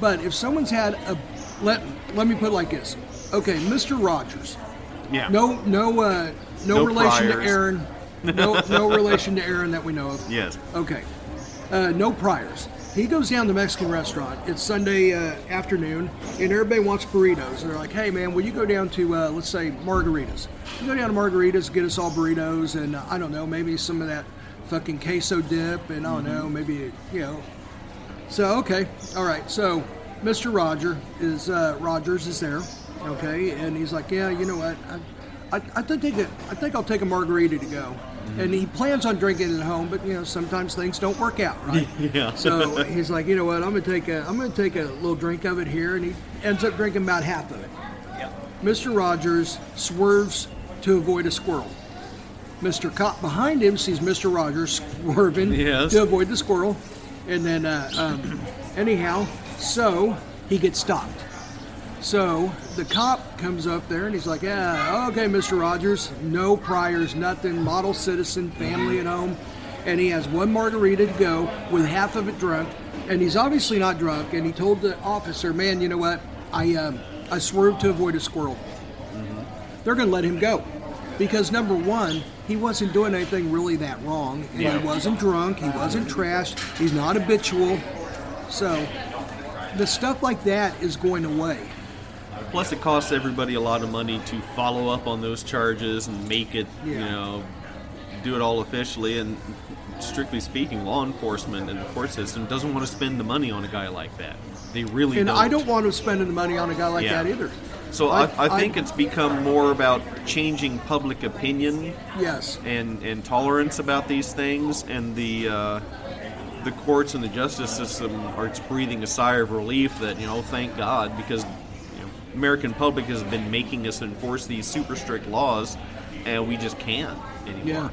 [SPEAKER 6] But if someone's had a, let let me put it like this, okay, Mr. Rogers,
[SPEAKER 8] Yeah.
[SPEAKER 6] no no uh, no,
[SPEAKER 8] No
[SPEAKER 6] relation
[SPEAKER 8] priors.
[SPEAKER 6] to Aaron, no no relation to Aaron that we know of.
[SPEAKER 8] Yes.
[SPEAKER 6] Okay. Uh, no priors. He goes down to Mexican restaurant. It's Sunday uh, afternoon, and everybody wants burritos. And they're like, "Hey, man, will you go down to uh, let's say margaritas? You go down to margaritas, get us all burritos, and uh, I don't know, maybe some of that fucking queso dip, and I don't know, maybe you know." So okay, all right. So Mr. Roger is uh, Rogers is there, okay, and he's like, "Yeah, you know what? I, I, I think I, could- I think I'll take a margarita to go." And he plans on drinking it at home, but you know sometimes things don't work out, right?
[SPEAKER 8] Yeah.
[SPEAKER 6] So he's like, you know what? I'm gonna take a I'm gonna take a little drink of it here, and he ends up drinking about half of it. Mr. Rogers swerves to avoid a squirrel. Mr. Cop behind him sees Mr. Rogers swerving
[SPEAKER 8] Yes.
[SPEAKER 6] to avoid the squirrel, and then uh, um, anyhow, so he gets stopped. So the cop comes up there and he's like, "Yeah, okay, Mr. Rogers, no priors, nothing, model citizen, family at home," and he has one margarita to go with half of it drunk, and he's obviously not drunk. And he told the officer, "Man, you know what? I um, I swerved to avoid a squirrel." They're going to let him go because number one, he wasn't doing anything really that wrong, and he wasn't drunk, he wasn't trashed, he's not habitual, so. The stuff like that is going away.
[SPEAKER 8] Plus, it costs everybody a lot of money to follow up on those charges and make it, you
[SPEAKER 6] Yeah.
[SPEAKER 8] know, do it all officially. And strictly speaking, law enforcement and the court system doesn't want to spend the money on a guy like that. They really
[SPEAKER 6] And
[SPEAKER 8] don't.
[SPEAKER 6] I don't want him spending the money on a guy like
[SPEAKER 8] Yeah.
[SPEAKER 6] that either.
[SPEAKER 8] So I,
[SPEAKER 6] I-
[SPEAKER 8] I think
[SPEAKER 6] I-
[SPEAKER 8] it's become more about changing public opinion
[SPEAKER 6] Yes.
[SPEAKER 8] and, and tolerance about these things, and the uh, the courts and the justice system are just breathing a sigh of relief that you know, thank God, because you know, American public has been making us enforce these super strict laws, and we just can't anymore.
[SPEAKER 6] Yeah.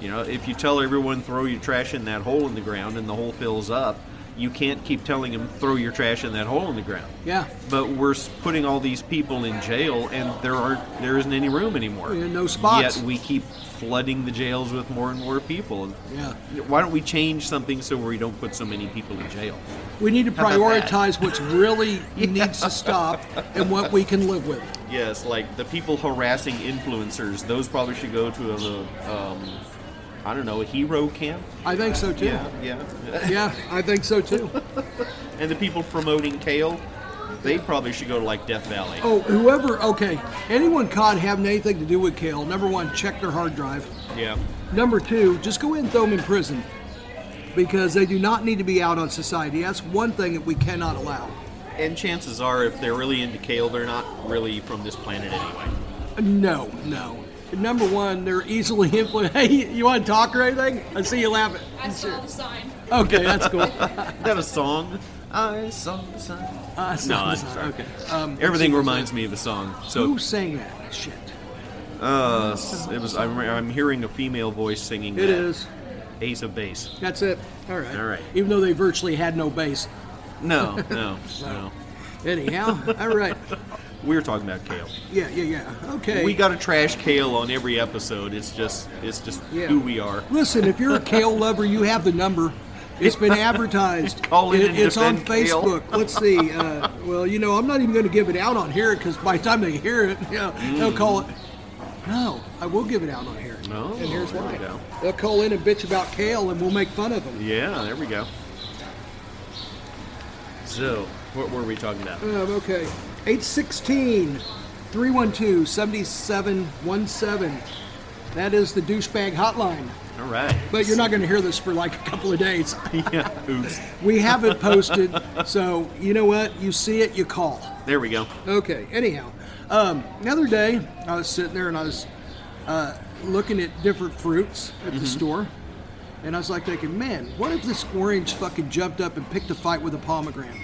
[SPEAKER 8] You know, if you tell everyone throw your trash in that hole in the ground and the hole fills up, you can't keep telling them throw your trash in that hole in the ground
[SPEAKER 6] Yeah.
[SPEAKER 8] but we're s- putting all these people in jail and there aren't there isn't any room anymore
[SPEAKER 6] Yeah, no spots.
[SPEAKER 8] yet we keep flooding the jails with more and more people
[SPEAKER 6] Yeah.
[SPEAKER 8] why don't we change something so we don't put so many people in jail
[SPEAKER 6] We need to
[SPEAKER 8] How about that?
[SPEAKER 6] prioritize what's really needs to stop and what we can live with.
[SPEAKER 8] yes like the people harassing influencers those probably should go to a um, i don't know a hero camp
[SPEAKER 6] I think so too. Yeah,
[SPEAKER 8] yeah
[SPEAKER 6] I think so too.
[SPEAKER 8] and the people promoting kale they probably should go to like death valley
[SPEAKER 6] Oh, whoever, okay, anyone caught having anything to do with Kale, number one, check their hard drive.
[SPEAKER 8] yeah
[SPEAKER 6] Number two, just go in and throw them in prison because they do not need to be out on society. That's one thing that we cannot allow.
[SPEAKER 8] and chances are if they're really into kale they're not really from this planet anyway
[SPEAKER 6] No, no. Number one, they're easily influenced. Hey, you want to talk or anything? I see you laughing.
[SPEAKER 9] I saw the sign.
[SPEAKER 6] Okay, that's cool.
[SPEAKER 8] Is that a song? I saw the sun.
[SPEAKER 6] I saw
[SPEAKER 8] No,
[SPEAKER 6] the
[SPEAKER 8] I'm
[SPEAKER 6] sign.
[SPEAKER 8] sorry.
[SPEAKER 6] Okay. Um,
[SPEAKER 8] Everything reminds me of a song. So
[SPEAKER 6] Who sang that shit?
[SPEAKER 8] uh, s- it was. I'm, I'm hearing a female voice singing.
[SPEAKER 6] It
[SPEAKER 8] that.
[SPEAKER 6] is.
[SPEAKER 8] Ace of Base.
[SPEAKER 6] That's it. All right.
[SPEAKER 8] All right.
[SPEAKER 6] Even though they virtually had no bass.
[SPEAKER 8] No, no, no.
[SPEAKER 6] Anyhow, all right.
[SPEAKER 8] We were talking about kale.
[SPEAKER 6] Yeah, yeah, yeah. Okay.
[SPEAKER 8] We got to trash kale on every episode. It's just, it's just
[SPEAKER 6] Yeah.
[SPEAKER 8] who we are.
[SPEAKER 6] Listen, if you're a kale lover, you have the number. It's been advertised.
[SPEAKER 8] Call in
[SPEAKER 6] It-
[SPEAKER 8] and
[SPEAKER 6] it's on
[SPEAKER 8] defend kale.
[SPEAKER 6] Facebook. Let's see. Uh, well, you know, I'm not even going to give it out on here because by the time they hear it, yeah, they'll call it. No, I will give it out on here.
[SPEAKER 8] Mm. No,
[SPEAKER 6] and here's
[SPEAKER 8] there
[SPEAKER 6] why.
[SPEAKER 8] we go.
[SPEAKER 6] They'll call in and bitch about kale, and we'll make fun of them.
[SPEAKER 8] Yeah, there we go. So, what were we talking about?
[SPEAKER 6] Um, okay. 816 312 7717. That is the douchebag hotline.
[SPEAKER 8] All right.
[SPEAKER 6] But you're not going to hear this for like a couple of days.
[SPEAKER 8] yeah. Oops.
[SPEAKER 6] We have it posted, so you know what? You see it, you call.
[SPEAKER 8] There we go.
[SPEAKER 6] Okay. Anyhow, um, the other day I was sitting there and I was uh, looking at different fruits at
[SPEAKER 8] Mm-hmm.
[SPEAKER 6] the store, and I was like thinking, man, what if this orange fucking jumped up and picked a fight with a pomegranate?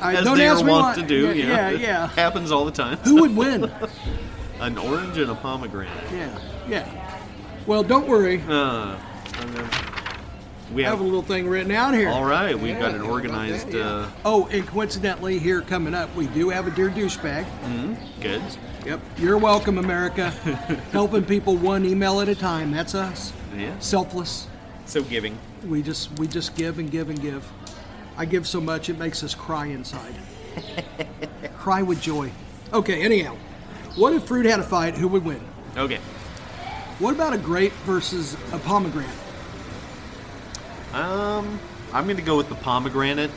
[SPEAKER 6] I,
[SPEAKER 8] As
[SPEAKER 6] don't
[SPEAKER 8] they
[SPEAKER 6] ask
[SPEAKER 8] are
[SPEAKER 6] me
[SPEAKER 8] wont
[SPEAKER 6] why.
[SPEAKER 8] to do. you know,
[SPEAKER 6] Yeah, yeah.
[SPEAKER 8] it
[SPEAKER 6] yeah.
[SPEAKER 8] Happens all the time.
[SPEAKER 6] Who would win?
[SPEAKER 8] An orange and a pomegranate.
[SPEAKER 6] Yeah, yeah. Well, don't worry.
[SPEAKER 8] Uh, We
[SPEAKER 6] I have
[SPEAKER 8] have
[SPEAKER 6] a little thing written out here.
[SPEAKER 8] all right. We've got an organized. Uh,
[SPEAKER 6] Oh, and coincidentally, here coming up, we do have a Dear Douchebag.
[SPEAKER 8] good.
[SPEAKER 6] Yep. You're welcome, America. Helping people one email at a time. That's us.
[SPEAKER 8] Yeah.
[SPEAKER 6] Selfless.
[SPEAKER 8] So giving.
[SPEAKER 6] We just we just give and give and give. I give so much it makes us cry inside. cry with joy. Okay, anyhow. What if fruit had a fight, who would win?
[SPEAKER 8] Okay.
[SPEAKER 6] What about a grape versus a pomegranate?
[SPEAKER 8] Um, I'm going to go with the pomegranate.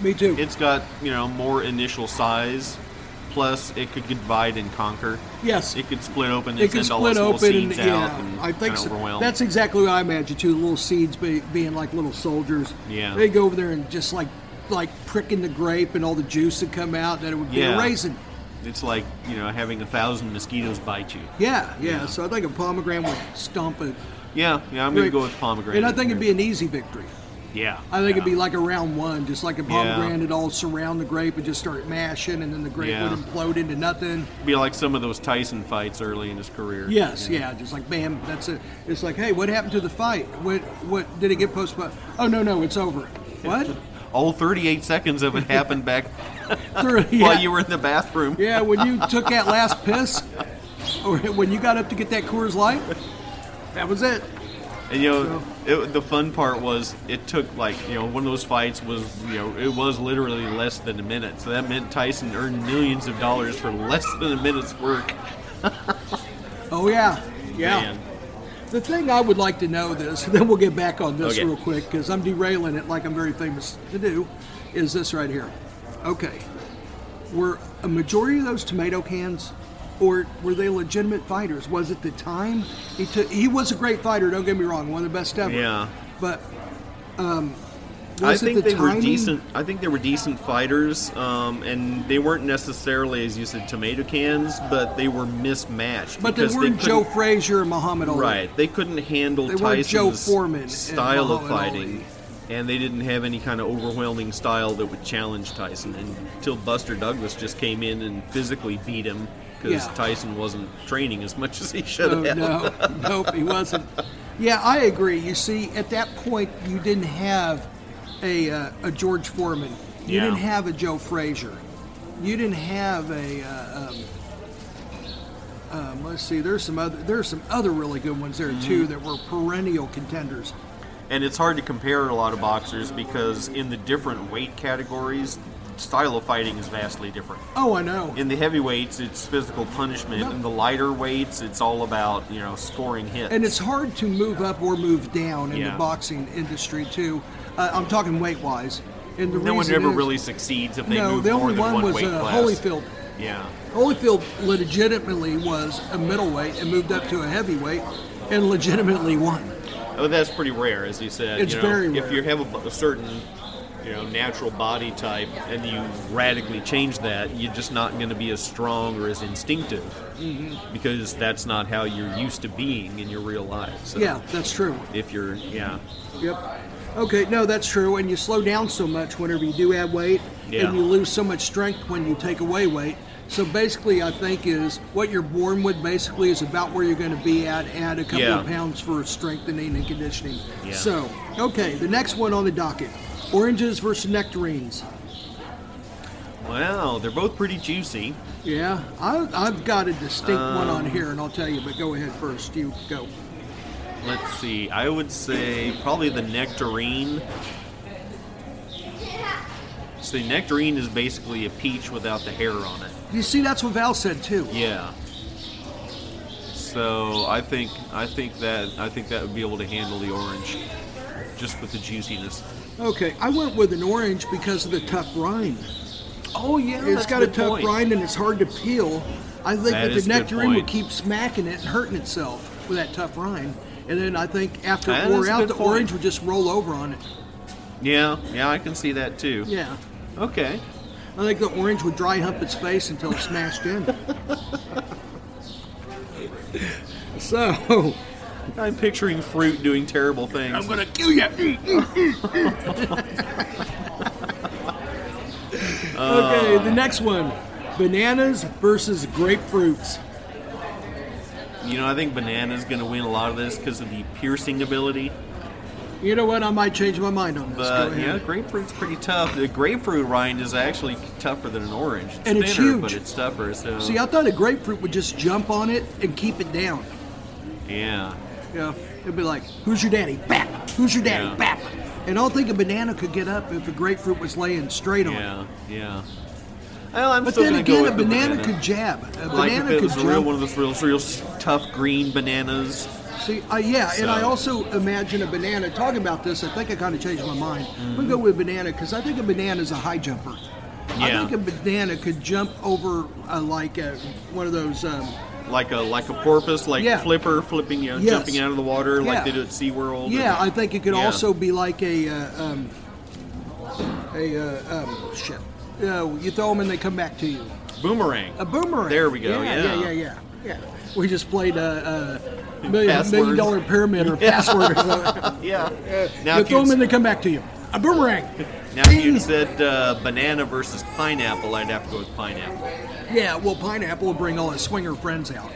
[SPEAKER 6] Me too.
[SPEAKER 8] It's got you know more initial size. Plus, it could divide and conquer.
[SPEAKER 6] yes.
[SPEAKER 8] It could split open and
[SPEAKER 6] it can
[SPEAKER 8] send all
[SPEAKER 6] split
[SPEAKER 8] its little
[SPEAKER 6] open and
[SPEAKER 8] seeds out
[SPEAKER 6] yeah,
[SPEAKER 8] and
[SPEAKER 6] I think
[SPEAKER 8] kinda
[SPEAKER 6] so.
[SPEAKER 8] overwhelm.
[SPEAKER 6] that's exactly what I imagine too. Little seeds be, being like little soldiers.
[SPEAKER 8] Yeah.
[SPEAKER 6] they go over there and just like like pricking the grape and all the juice would come out. Then it would be
[SPEAKER 8] Yeah.
[SPEAKER 6] a raisin.
[SPEAKER 8] It's like you know having a thousand mosquitoes bite you.
[SPEAKER 6] Yeah, yeah, So I think a pomegranate would stomp it.
[SPEAKER 8] Yeah, yeah. I'm going to go with pomegranate.
[SPEAKER 6] And I think it'd be an easy victory.
[SPEAKER 8] yeah.
[SPEAKER 6] I think it'd
[SPEAKER 8] yeah.
[SPEAKER 6] be like a round one, just like a pomegranate would all surround the grape and just start mashing, and then the grape
[SPEAKER 8] Yeah.
[SPEAKER 6] would implode into nothing.
[SPEAKER 8] be like some of those Tyson fights early in his career.
[SPEAKER 6] Yes, yeah, just like bam, that's it. It's like, hey, what happened to the fight? What what did it get postponed? Oh no, no, it's over. What?
[SPEAKER 8] All 38 seconds of it happened back
[SPEAKER 6] Through- yeah.
[SPEAKER 8] while you were in the bathroom.
[SPEAKER 6] yeah, when you took that last piss, or when you got up to get that Coors Light, that was it.
[SPEAKER 8] And you know, it, the fun part was it took like you know one of those fights was you know it was literally less than a minute. So that meant Tyson earned millions of dollars for less than a minute's work.
[SPEAKER 6] Oh yeah, yeah.
[SPEAKER 8] Man.
[SPEAKER 6] The thing I would like to know this, and then we'll get back on this
[SPEAKER 8] Okay.
[SPEAKER 6] real quick because I'm derailing it like I'm very famous to do, is this right here. Okay. Were a majority of those tomato cans or were they legitimate fighters? Was it the time he took he was a great fighter, don't get me wrong, one of the best ever.
[SPEAKER 8] Yeah.
[SPEAKER 6] But um
[SPEAKER 8] I
[SPEAKER 6] was
[SPEAKER 8] think
[SPEAKER 6] it the
[SPEAKER 8] they
[SPEAKER 6] timing?
[SPEAKER 8] were decent. I think they were decent fighters, um, and they weren't necessarily, as you said, tomato cans, but they were mismatched.
[SPEAKER 6] But they
[SPEAKER 8] because
[SPEAKER 6] weren't
[SPEAKER 8] couldn't-
[SPEAKER 6] Joe Frazier and Muhammad Ali.
[SPEAKER 8] Right. They couldn't handle
[SPEAKER 6] They weren't
[SPEAKER 8] Tyson's
[SPEAKER 6] Joe Foreman and
[SPEAKER 8] style of
[SPEAKER 6] Muhammad
[SPEAKER 8] fighting,
[SPEAKER 6] Ali.
[SPEAKER 8] and they didn't have any kind of overwhelming style that would challenge Tyson until Buster Douglas just came in and physically beat him because
[SPEAKER 6] Yeah.
[SPEAKER 8] Tyson wasn't training as much as he should
[SPEAKER 6] Oh,
[SPEAKER 8] have.
[SPEAKER 6] no, nope, he wasn't. Yeah, I agree. You see, at that point, you didn't have a, uh, a George Foreman. You
[SPEAKER 8] Yeah.
[SPEAKER 6] didn't have a Joe Frazier. You didn't have a. Uh, um, um, let's see. There's some other. There's some other really good ones there
[SPEAKER 8] Mm-hmm.
[SPEAKER 6] too that were perennial contenders.
[SPEAKER 8] And it's hard to compare a lot of boxers because in the different weight categories, style of fighting is vastly different.
[SPEAKER 6] Oh, I know.
[SPEAKER 8] In the heavyweights, it's physical punishment.
[SPEAKER 6] No.
[SPEAKER 8] In the lighter weights, it's all about you know scoring hits.
[SPEAKER 6] And it's hard to move up or move down in
[SPEAKER 8] Yeah.
[SPEAKER 6] the boxing industry too. Uh, I'm talking weight wise. And the
[SPEAKER 8] no one
[SPEAKER 6] reason
[SPEAKER 8] ever
[SPEAKER 6] is-
[SPEAKER 8] really succeeds if they
[SPEAKER 6] no,
[SPEAKER 8] move
[SPEAKER 6] the
[SPEAKER 8] more
[SPEAKER 6] only
[SPEAKER 8] than
[SPEAKER 6] one,
[SPEAKER 8] one
[SPEAKER 6] was
[SPEAKER 8] weight
[SPEAKER 6] uh,
[SPEAKER 8] class.
[SPEAKER 6] Holyfield.
[SPEAKER 8] Yeah.
[SPEAKER 6] Holyfield legitimately was a middleweight and moved up to a heavyweight and legitimately won.
[SPEAKER 8] Oh, that's pretty rare, as you said.
[SPEAKER 6] It's
[SPEAKER 8] you know,
[SPEAKER 6] very
[SPEAKER 8] If
[SPEAKER 6] rare.
[SPEAKER 8] you have a, b- a certain, you know, natural body type, and you radically change that, you're just not going to be as strong or as instinctive,
[SPEAKER 6] Mm-hmm.
[SPEAKER 8] because that's not how you're used to being in your real life. So
[SPEAKER 6] Yeah, that's true.
[SPEAKER 8] If you're, yeah,
[SPEAKER 6] Yep. Okay, no, that's true. And you slow down so much whenever you do add weight,
[SPEAKER 8] Yeah.
[SPEAKER 6] and you lose so much strength when you take away weight. So basically, I think is what you're born with. Basically, is about where you're going to be at. Add a couple
[SPEAKER 8] Yeah.
[SPEAKER 6] of pounds for strengthening and conditioning.
[SPEAKER 8] Yeah.
[SPEAKER 6] So, okay, the next one on the docket: oranges versus nectarines.
[SPEAKER 8] wow, they're both pretty juicy.
[SPEAKER 6] Yeah, I, I've got a distinct one on here, and I'll tell you. But go ahead first. You go.
[SPEAKER 8] Let's see. I would say probably the nectarine. So the nectarine is basically a peach without the hair on it.
[SPEAKER 6] You see, that's what Val said too.
[SPEAKER 8] Yeah. So I think I think that I think that would be able to handle the orange, just with the juiciness.
[SPEAKER 6] Okay, I went with an orange because of the tough rind.
[SPEAKER 8] Oh yeah,
[SPEAKER 6] it's got a tough rind and it's hard to peel. I think
[SPEAKER 8] That
[SPEAKER 6] that,
[SPEAKER 8] is a
[SPEAKER 6] the
[SPEAKER 8] good
[SPEAKER 6] nectarine would
[SPEAKER 8] point.
[SPEAKER 6] keep smacking it and hurting itself with that tough rind. And then I think after
[SPEAKER 8] That
[SPEAKER 6] it wore
[SPEAKER 8] is a
[SPEAKER 6] out,
[SPEAKER 8] good
[SPEAKER 6] the
[SPEAKER 8] point.
[SPEAKER 6] orange would just roll over on it.
[SPEAKER 8] Yeah, yeah, I can see that too.
[SPEAKER 6] Yeah.
[SPEAKER 8] Okay.
[SPEAKER 6] I think the orange would dry hump its face until it smashed in. so,
[SPEAKER 8] I'm picturing fruit doing terrible things. I'm gonna
[SPEAKER 6] Okay,
[SPEAKER 8] Uh.
[SPEAKER 6] the next one bananas versus grapefruits.
[SPEAKER 8] you know, I think banana's gonna win a lot of this because of the piercing ability.
[SPEAKER 6] You know what? I might change my mind on this. Go
[SPEAKER 8] But
[SPEAKER 6] ahead.
[SPEAKER 8] yeah, grapefruit's pretty tough. The grapefruit rind is actually tougher than an orange. It's
[SPEAKER 6] And
[SPEAKER 8] thinner,
[SPEAKER 6] it's
[SPEAKER 8] but
[SPEAKER 6] huge.
[SPEAKER 8] it's tougher. So
[SPEAKER 6] See, I thought a grapefruit would just jump on it and keep it down.
[SPEAKER 8] yeah,
[SPEAKER 6] Yeah, it'd be like, "Who's your daddy? Bap. Who's your daddy?
[SPEAKER 8] Yeah.
[SPEAKER 6] Bap." And I don't think a banana could get up if a grapefruit was laying straight on it.
[SPEAKER 8] yeah, yeah. Well, I'm
[SPEAKER 6] But
[SPEAKER 8] still
[SPEAKER 6] then
[SPEAKER 8] gonna go
[SPEAKER 6] again, a
[SPEAKER 8] with the
[SPEAKER 6] banana, could jab. A
[SPEAKER 8] like if
[SPEAKER 6] banana
[SPEAKER 8] it
[SPEAKER 6] could
[SPEAKER 8] was a real
[SPEAKER 6] jump.
[SPEAKER 8] one of those real, real s- tough green bananas.
[SPEAKER 6] See, uh, yeah, and I
[SPEAKER 8] So-
[SPEAKER 6] also imagine a banana. Talking about this, I think I kind of changed my mind. I'm gonna go with banana because I think a banana is a high jumper.
[SPEAKER 8] Yeah.
[SPEAKER 6] I think a banana could jump over uh, like uh one of those. Um,
[SPEAKER 8] like a like a porpoise, like
[SPEAKER 6] Yeah.
[SPEAKER 8] flipper flipping, you know,
[SPEAKER 6] Yes.
[SPEAKER 8] jumping out of the water, like
[SPEAKER 6] Yeah.
[SPEAKER 8] they do at SeaWorld.
[SPEAKER 6] yeah, I
[SPEAKER 8] and-
[SPEAKER 6] think it could
[SPEAKER 8] Yeah.
[SPEAKER 6] also be like a uh, um, a uh, um, shit. Uh, you throw them and they come back to you.
[SPEAKER 8] boomerang.
[SPEAKER 6] A boomerang.
[SPEAKER 8] There we go,
[SPEAKER 6] Yeah,
[SPEAKER 8] yeah.
[SPEAKER 6] yeah, yeah, yeah. yeah. We just played a, uh million,
[SPEAKER 8] Passwords.
[SPEAKER 6] million dollar pyramid or password or something.
[SPEAKER 8] yeah. Now
[SPEAKER 6] uh, You
[SPEAKER 8] if
[SPEAKER 6] throw
[SPEAKER 8] you
[SPEAKER 6] them and they come back to you. A boomerang.
[SPEAKER 8] now if you said uh, banana versus pineapple, I'd have to go with pineapple.
[SPEAKER 6] Yeah, well, pineapple will bring all his swinger friends out.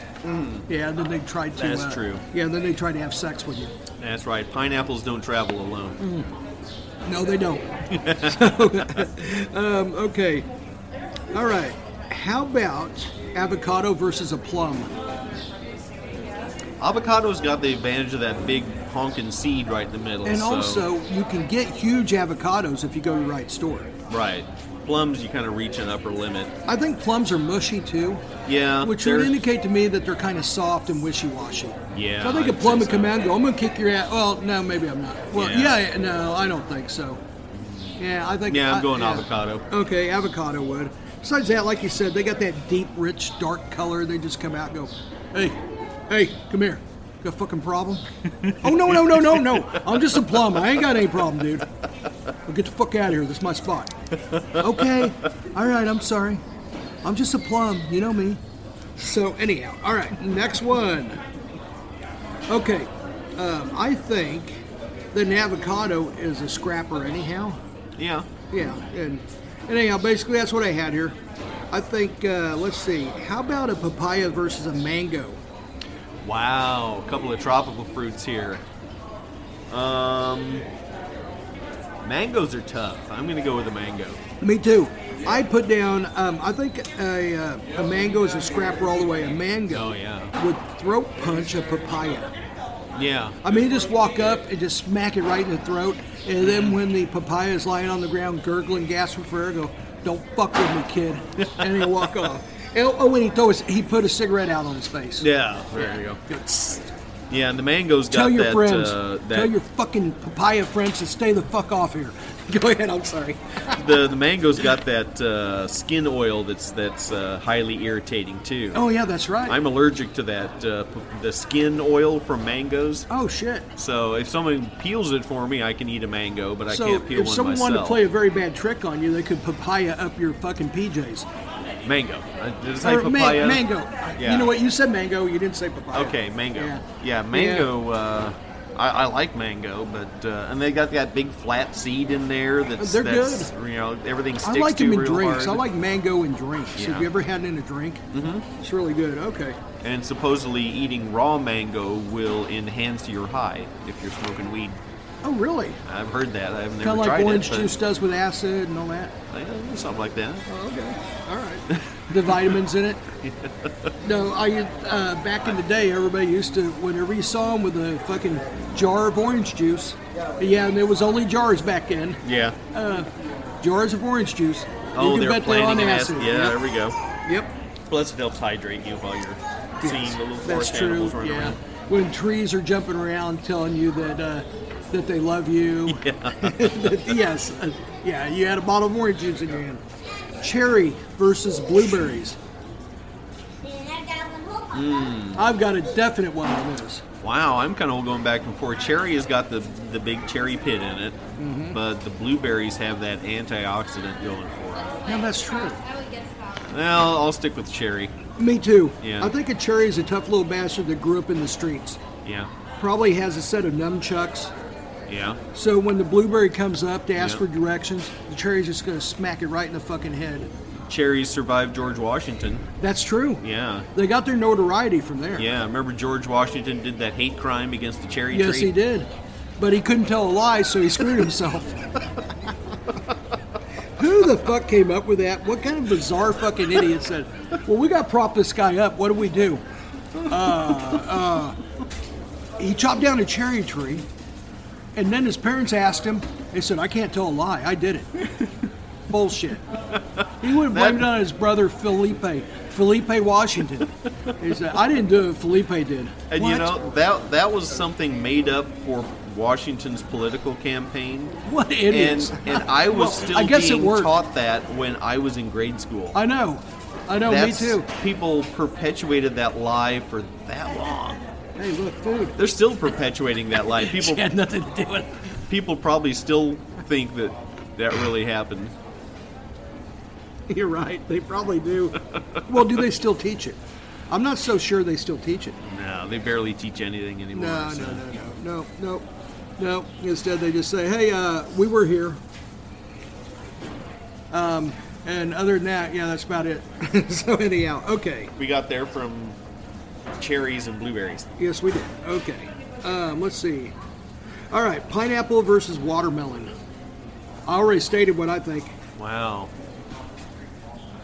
[SPEAKER 6] Yeah, and then they try to.
[SPEAKER 8] Mm. That's
[SPEAKER 6] uh,
[SPEAKER 8] true.
[SPEAKER 6] Yeah, then they try to have sex with you.
[SPEAKER 8] That's right. Pineapples don't travel alone.
[SPEAKER 6] Mm-hmm. No, they don't. so, um, okay. All right. How about avocado versus a plum?
[SPEAKER 8] Avocado's got the advantage of that big honking seed right in the middle.
[SPEAKER 6] And
[SPEAKER 8] so-
[SPEAKER 6] also, you can get huge avocados if you go to the right store.
[SPEAKER 8] right. Plums, you kind of reach an upper limit.
[SPEAKER 6] I think plums are mushy too,
[SPEAKER 8] Yeah.
[SPEAKER 6] which
[SPEAKER 8] Uh, they're-
[SPEAKER 6] would indicate to me that they're kind of soft and wishy-washy.
[SPEAKER 8] Yeah,
[SPEAKER 6] So I think a
[SPEAKER 8] I'd
[SPEAKER 6] plum
[SPEAKER 8] say
[SPEAKER 6] would come
[SPEAKER 8] so.
[SPEAKER 6] out and go, "I'm gonna kick your ass." Well, no, maybe I'm not. Well,
[SPEAKER 8] Yeah.
[SPEAKER 6] yeah, no, I don't think so. Uh, Yeah, I think.
[SPEAKER 8] Yeah, I'm
[SPEAKER 6] I-
[SPEAKER 8] going avocado.
[SPEAKER 6] Okay, avocado would. Besides that, like you said, they got that deep, rich, dark color. They just come out and go, "Hey, hey, come here." Got a fucking problem? oh no, no, no, no, no! I'm just a plum. I ain't got any problem, dude. Well, get the fuck out of here. This is my spot. Okay. All right. I'm sorry. I'm just a plum. You know me. So anyhow, all right. Next one. Okay. Um, I think that an avocado is a scrapper. Anyhow.
[SPEAKER 8] yeah.
[SPEAKER 6] Yeah. And, and anyhow, basically that's what I had here. I think. Uh, let's see. How about a papaya versus a mango?
[SPEAKER 8] Wow, a couple of tropical fruits here. Um, mangoes are tough. I'm gonna go with a mango.
[SPEAKER 6] Me too. I put down. Um, I think a, uh, a mango is a scrapper all the way. A mango
[SPEAKER 8] Oh, yeah.
[SPEAKER 6] would throat punch a papaya.
[SPEAKER 8] Yeah,
[SPEAKER 6] I mean, you just walk up and just smack it right in the throat, and then when the papaya is lying on the ground gurgling, gasping for air, go, "Don't fuck with me, kid," and he walk off. Oh, oh, and he throw his, he put a cigarette out on his face.
[SPEAKER 8] yeah. There you go. Yeah, and the mango's got
[SPEAKER 6] Tell your
[SPEAKER 8] that.
[SPEAKER 6] friends.
[SPEAKER 8] Uh, that
[SPEAKER 6] Tell your fucking papaya friends to stay the fuck off here. Go ahead. I'm sorry.
[SPEAKER 8] the the mango's got that uh, skin oil that's that's uh, highly irritating too.
[SPEAKER 6] Oh yeah, that's right.
[SPEAKER 8] I'm allergic to that uh, p- the skin oil from mangoes.
[SPEAKER 6] oh shit.
[SPEAKER 8] So if someone peels it for me, I can eat a mango, but I
[SPEAKER 6] so
[SPEAKER 8] can't peel
[SPEAKER 6] if
[SPEAKER 8] one
[SPEAKER 6] someone
[SPEAKER 8] myself.
[SPEAKER 6] wanted to play a very bad trick on you, they could papaya up your fucking PJs.
[SPEAKER 8] mango, Uh, did I say
[SPEAKER 6] Or ma-
[SPEAKER 8] papaya?
[SPEAKER 6] mango.
[SPEAKER 8] Yeah.
[SPEAKER 6] You know what? You said mango. You didn't say papaya.
[SPEAKER 8] Okay, mango.
[SPEAKER 6] Yeah.
[SPEAKER 8] Yeah, mango. Uh, I, I like mango, but uh, and they got that big flat seed in there. That's
[SPEAKER 6] They're
[SPEAKER 8] that's, You know, everything
[SPEAKER 6] I
[SPEAKER 8] sticks
[SPEAKER 6] like
[SPEAKER 8] to
[SPEAKER 6] them in
[SPEAKER 8] real
[SPEAKER 6] drinks.
[SPEAKER 8] hard.
[SPEAKER 6] I like mango in drinks.
[SPEAKER 8] Yeah.
[SPEAKER 6] Have you ever had it in a drink? Mm-hmm. It's really good. Okay.
[SPEAKER 8] And supposedly eating raw mango will enhance your high if you're smoking weed.
[SPEAKER 6] Oh, really?
[SPEAKER 8] I've heard that. I've never
[SPEAKER 6] Kind of like
[SPEAKER 8] tried
[SPEAKER 6] orange
[SPEAKER 8] it. but-
[SPEAKER 6] juice does with acid and all that.
[SPEAKER 8] Yeah, something like that.
[SPEAKER 6] Oh, okay. All right. the vitamins in it. No, I uh, back in the day, everybody used to. Whenever you saw them with a fucking jar of orange juice, yeah, and there was only jars back then.
[SPEAKER 8] Yeah.
[SPEAKER 6] Jars of orange juice.
[SPEAKER 8] oh,
[SPEAKER 6] Uh, you can
[SPEAKER 8] they're
[SPEAKER 6] bet they're on
[SPEAKER 8] planting an
[SPEAKER 6] acid.
[SPEAKER 8] acid. Yeah, there
[SPEAKER 6] Yep.
[SPEAKER 8] we go.
[SPEAKER 6] yep.
[SPEAKER 8] Plus, it helps hydrate you while you're seeing the little
[SPEAKER 6] That's
[SPEAKER 8] forest
[SPEAKER 6] true.
[SPEAKER 8] animals running
[SPEAKER 6] Yeah.
[SPEAKER 8] around.
[SPEAKER 6] When trees are jumping around telling you that uh, that they love you. That- yes. uh, yeah. You had a bottle of orange juice in your hand. Cherry versus blueberries. I've got a definite one on this.
[SPEAKER 8] Wow, I'm kind of going back and forth. Cherry has got the the big cherry pit in it,
[SPEAKER 6] Mm-hmm.
[SPEAKER 8] but the blueberries have that antioxidant going for them.
[SPEAKER 6] Yeah, that's true.
[SPEAKER 8] Well, I'll stick with cherry.
[SPEAKER 6] Me too.
[SPEAKER 8] Yeah.
[SPEAKER 6] I think a cherry is a tough little bastard that grew up in the streets.
[SPEAKER 8] Yeah,
[SPEAKER 6] Probably has a set of nunchucks.
[SPEAKER 8] yeah,
[SPEAKER 6] So when the blueberry comes up to ask for
[SPEAKER 8] Yeah.
[SPEAKER 6] directions, the cherry's just going to smack it right in the fucking head.
[SPEAKER 8] cherries survived George Washington.
[SPEAKER 6] That's true.
[SPEAKER 8] Yeah,
[SPEAKER 6] They got their notoriety from there.
[SPEAKER 8] yeah. Remember George Washington did that hate crime against the cherry
[SPEAKER 6] Yes,
[SPEAKER 8] tree?
[SPEAKER 6] he did. but he couldn't tell a lie, so he screwed himself. Who the fuck came up with that? What kind of bizarre fucking idiot said, "Well, we got to prop this guy up. What do we do?" Uh, uh, he chopped down a cherry tree, and then his parents asked him. They said, "I can't tell a lie. I did it." Bullshit. He would have blamed it on his brother Felipe, Felipe Washington. He said, "I didn't do it. Felipe did."
[SPEAKER 8] And
[SPEAKER 6] What?
[SPEAKER 8] you know that that was something made up for Washington's political campaign.
[SPEAKER 6] What
[SPEAKER 8] And
[SPEAKER 6] idiots!
[SPEAKER 8] and I was
[SPEAKER 6] Well,
[SPEAKER 8] still
[SPEAKER 6] I guess it
[SPEAKER 8] being
[SPEAKER 6] worked.
[SPEAKER 8] taught that when I was in grade school.
[SPEAKER 6] I know, I know.
[SPEAKER 8] That's-
[SPEAKER 6] Oh, Me too.
[SPEAKER 8] People perpetuated that lie for that long.
[SPEAKER 6] Hey, look, food.
[SPEAKER 8] They're still perpetuating that lie.
[SPEAKER 6] She
[SPEAKER 8] People
[SPEAKER 6] had nothing to do with. it.
[SPEAKER 8] people probably still think that that really happened.
[SPEAKER 6] You're right. They probably do. well, do they still teach it? I'm not so sure they still teach it.
[SPEAKER 8] No, they barely teach anything anymore.
[SPEAKER 6] No,
[SPEAKER 8] so.
[SPEAKER 6] no, no, no, no, no, no. Instead, they just say, "Hey, uh, we were here." Um, and other than that, yeah, that's about it. so anyhow, okay.
[SPEAKER 8] We got there from cherries and blueberries.
[SPEAKER 6] Yes, we did. Okay. Um, let's see. All right, pineapple versus watermelon. I already stated what I think.
[SPEAKER 8] Wow.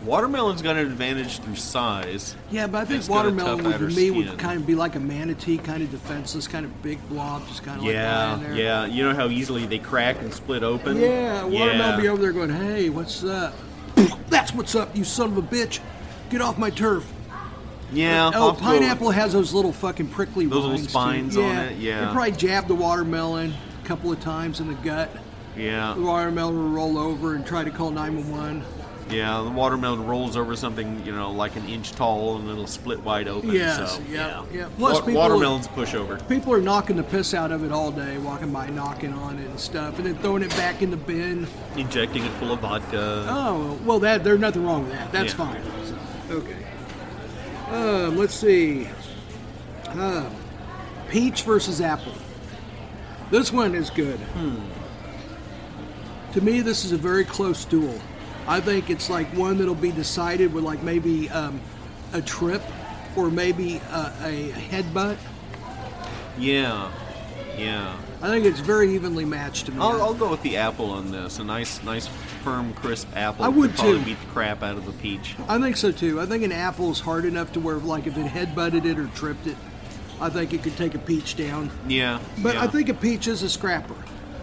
[SPEAKER 8] Watermelon's got an advantage through size.
[SPEAKER 6] Yeah, but I think
[SPEAKER 8] It's got a
[SPEAKER 6] watermelon
[SPEAKER 8] tough
[SPEAKER 6] would,
[SPEAKER 8] outer
[SPEAKER 6] to me would
[SPEAKER 8] skin.
[SPEAKER 6] kind of be like a manatee, kind of defenseless, kind of big blob, just kind of like
[SPEAKER 8] Yeah,
[SPEAKER 6] lying there.
[SPEAKER 8] yeah. You know how easily they crack and split open?
[SPEAKER 6] Yeah, watermelon
[SPEAKER 8] Yeah.
[SPEAKER 6] be over there going, hey, what's up? That's what's up, you son of a bitch. Get off my turf.
[SPEAKER 8] Yeah,
[SPEAKER 6] Oh,
[SPEAKER 8] off the-
[SPEAKER 6] pineapple has those little fucking prickly
[SPEAKER 8] Those little
[SPEAKER 6] rinds, too.
[SPEAKER 8] spines on it, yeah.
[SPEAKER 6] You probably jabbed the watermelon a couple of times in the gut. The
[SPEAKER 8] Yeah,
[SPEAKER 6] watermelon will roll over and try to call 911.
[SPEAKER 8] yeah. The watermelon rolls over something, you know, like an inch tall, and it'll split wide open.
[SPEAKER 6] Yes,
[SPEAKER 8] so,
[SPEAKER 6] yep,
[SPEAKER 8] yeah,
[SPEAKER 6] yep. Plus
[SPEAKER 8] Wa-
[SPEAKER 6] people-
[SPEAKER 8] watermelon's pushover.
[SPEAKER 6] People are knocking the piss out of it all day, walking by, knocking on it and stuff, and then throwing it back in the bin.
[SPEAKER 8] Injecting it full of vodka.
[SPEAKER 6] Oh well, that there's nothing wrong with that. That's
[SPEAKER 8] Yeah.
[SPEAKER 6] fine. So, okay. Um, let's see. Um, peach versus apple. This one is good. Hmm. To me, this is a very close duel. I think it's like one that'll be decided with like maybe um, a trip or maybe uh, a headbutt.
[SPEAKER 8] Yeah, yeah.
[SPEAKER 6] I think it's very evenly matched to me.
[SPEAKER 8] I'll, I'll go with the apple on this. A nice, nice, firm, crisp apple.
[SPEAKER 6] I would
[SPEAKER 8] could probably
[SPEAKER 6] too.
[SPEAKER 8] beat the crap out of the peach.
[SPEAKER 6] I think so too. I think an apple is hard enough to where, like, if it headbutted it or tripped it, I think it could take a peach down.
[SPEAKER 8] Yeah,
[SPEAKER 6] But I
[SPEAKER 8] yeah.
[SPEAKER 6] think a peach is a scrapper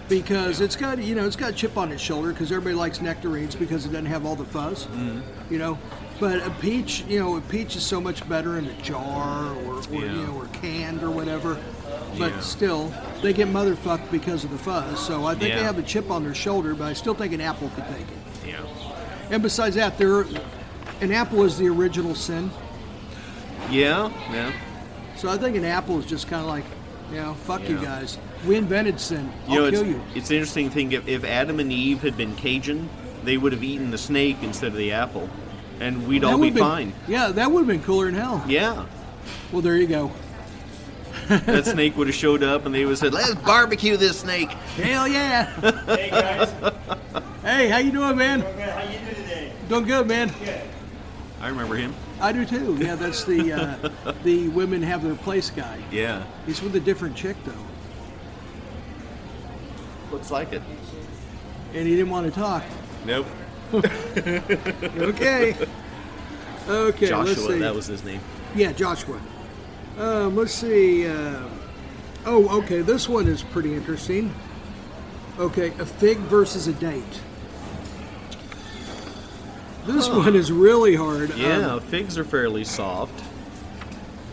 [SPEAKER 6] because it's got you know it's got a chip on its shoulder because everybody likes nectarines because it doesn't have all the fuzz,
[SPEAKER 8] Mm-hmm.
[SPEAKER 6] you know. But a peach, you know, a peach is so much better in a jar or, or you
[SPEAKER 8] Yeah.
[SPEAKER 6] know or canned or whatever. But
[SPEAKER 8] Yeah.
[SPEAKER 6] still, they get motherfucked because of the fuzz. So I think they
[SPEAKER 8] Yeah.
[SPEAKER 6] have a chip on their shoulder, but I still think an apple could take it.
[SPEAKER 8] yeah.
[SPEAKER 6] And besides that, there, an apple is the original sin.
[SPEAKER 8] Yeah, yeah.
[SPEAKER 6] So I think an apple is just kind of like, you know, fuck you
[SPEAKER 8] Yeah.
[SPEAKER 6] guys. We invented sin. I'll
[SPEAKER 8] You know,
[SPEAKER 6] kill
[SPEAKER 8] it's,
[SPEAKER 6] you.
[SPEAKER 8] it's an interesting thing. If, if Adam and Eve had been Cajun, they would have eaten the snake instead of the apple, and we'd all be
[SPEAKER 6] would've been-
[SPEAKER 8] fine.
[SPEAKER 6] Yeah, that would have been cooler than hell.
[SPEAKER 8] Yeah,
[SPEAKER 6] Well, there you go.
[SPEAKER 8] that snake would have showed up, and they would have said, "Let's barbecue this snake."
[SPEAKER 6] Hell yeah.
[SPEAKER 7] Hey guys,
[SPEAKER 6] hey, how you doing, man?
[SPEAKER 7] how you doing today?
[SPEAKER 6] Doing good, man.
[SPEAKER 8] I remember him.
[SPEAKER 6] I do too. Yeah, that's the uh, the women have their place guy.
[SPEAKER 8] Yeah,
[SPEAKER 6] He's with a different chick though,
[SPEAKER 8] looks like it.
[SPEAKER 6] and he didn't want to talk.
[SPEAKER 8] Nope,
[SPEAKER 6] Okay. Okay. Let's
[SPEAKER 8] Joshua.
[SPEAKER 6] see.
[SPEAKER 8] That was his name.
[SPEAKER 6] Yeah, Joshua. Um, let's see. Uh, oh, okay. This one is pretty interesting. Okay, a fig versus a date. This one is really hard. Um,
[SPEAKER 8] Yeah, figs are fairly soft.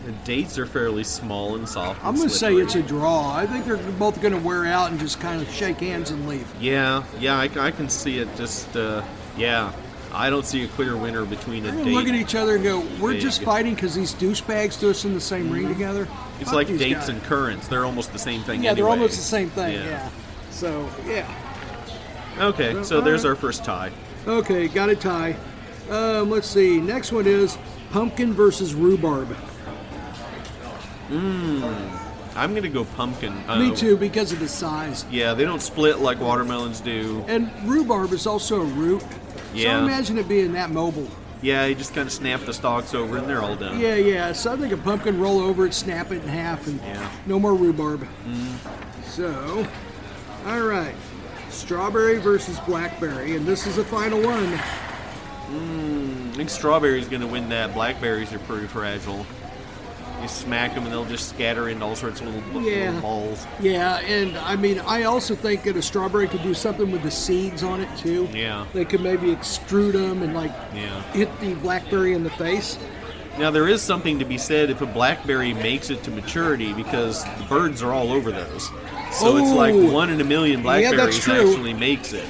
[SPEAKER 8] And dates are fairly small and soft.
[SPEAKER 6] I'm
[SPEAKER 8] and
[SPEAKER 6] going to say
[SPEAKER 8] slippery.
[SPEAKER 6] it's a draw. I think they're both going to wear out and just kind of shake hands and leave.
[SPEAKER 8] Yeah, yeah, I, I can see it. Just uh, yeah, I don't see a clear winner between a
[SPEAKER 6] They're
[SPEAKER 8] date.
[SPEAKER 6] going to look at each other and go, we're
[SPEAKER 8] Fig. Mm-hmm.
[SPEAKER 6] just fighting because these douchebags threw us in the same ring together.
[SPEAKER 8] It's
[SPEAKER 6] Fuck
[SPEAKER 8] like
[SPEAKER 6] these
[SPEAKER 8] dates
[SPEAKER 6] guys.
[SPEAKER 8] and currents. They're almost the same thing.
[SPEAKER 6] Yeah, they're
[SPEAKER 8] anyway.
[SPEAKER 6] almost the same thing.
[SPEAKER 8] Yeah.
[SPEAKER 6] yeah. So, yeah.
[SPEAKER 8] Okay, so
[SPEAKER 6] All
[SPEAKER 8] there's
[SPEAKER 6] right.
[SPEAKER 8] our first tie.
[SPEAKER 6] Okay, got a tie. Um, let's see. Next one is pumpkin versus rhubarb.
[SPEAKER 8] I'm gonna go pumpkin.
[SPEAKER 6] Me
[SPEAKER 8] Uh,
[SPEAKER 6] too, because of the size.
[SPEAKER 8] Yeah, they don't split like watermelons do.
[SPEAKER 6] And rhubarb is also a root.
[SPEAKER 8] Yeah.
[SPEAKER 6] So imagine it being that mobile.
[SPEAKER 8] Yeah, you just kind of snap the stalks over and they're all done.
[SPEAKER 6] Yeah, yeah. So I think a pumpkin roll over it, snap it in half, and
[SPEAKER 8] Yeah. Mm-hmm.
[SPEAKER 6] no more rhubarb.
[SPEAKER 10] So, all right. Strawberry versus blackberry, and this is the final one.
[SPEAKER 8] I think Strawberry's going to win that. Blackberries are pretty fragile. You smack them and they'll just scatter into all sorts of little, bu- little
[SPEAKER 10] Yeah.
[SPEAKER 8] balls.
[SPEAKER 10] Yeah, and I mean, I also think that a strawberry could do something with the seeds on it too.
[SPEAKER 8] Yeah.
[SPEAKER 10] They could maybe extrude them and like
[SPEAKER 8] Yeah.
[SPEAKER 10] hit the blackberry in the face.
[SPEAKER 8] Now, there is something to be said if a blackberry makes it to maturity because the birds are all over those. So it's like
[SPEAKER 10] Oh.
[SPEAKER 8] one in a million
[SPEAKER 10] Yeah, that's
[SPEAKER 8] blackberries
[SPEAKER 10] true.
[SPEAKER 8] actually makes it.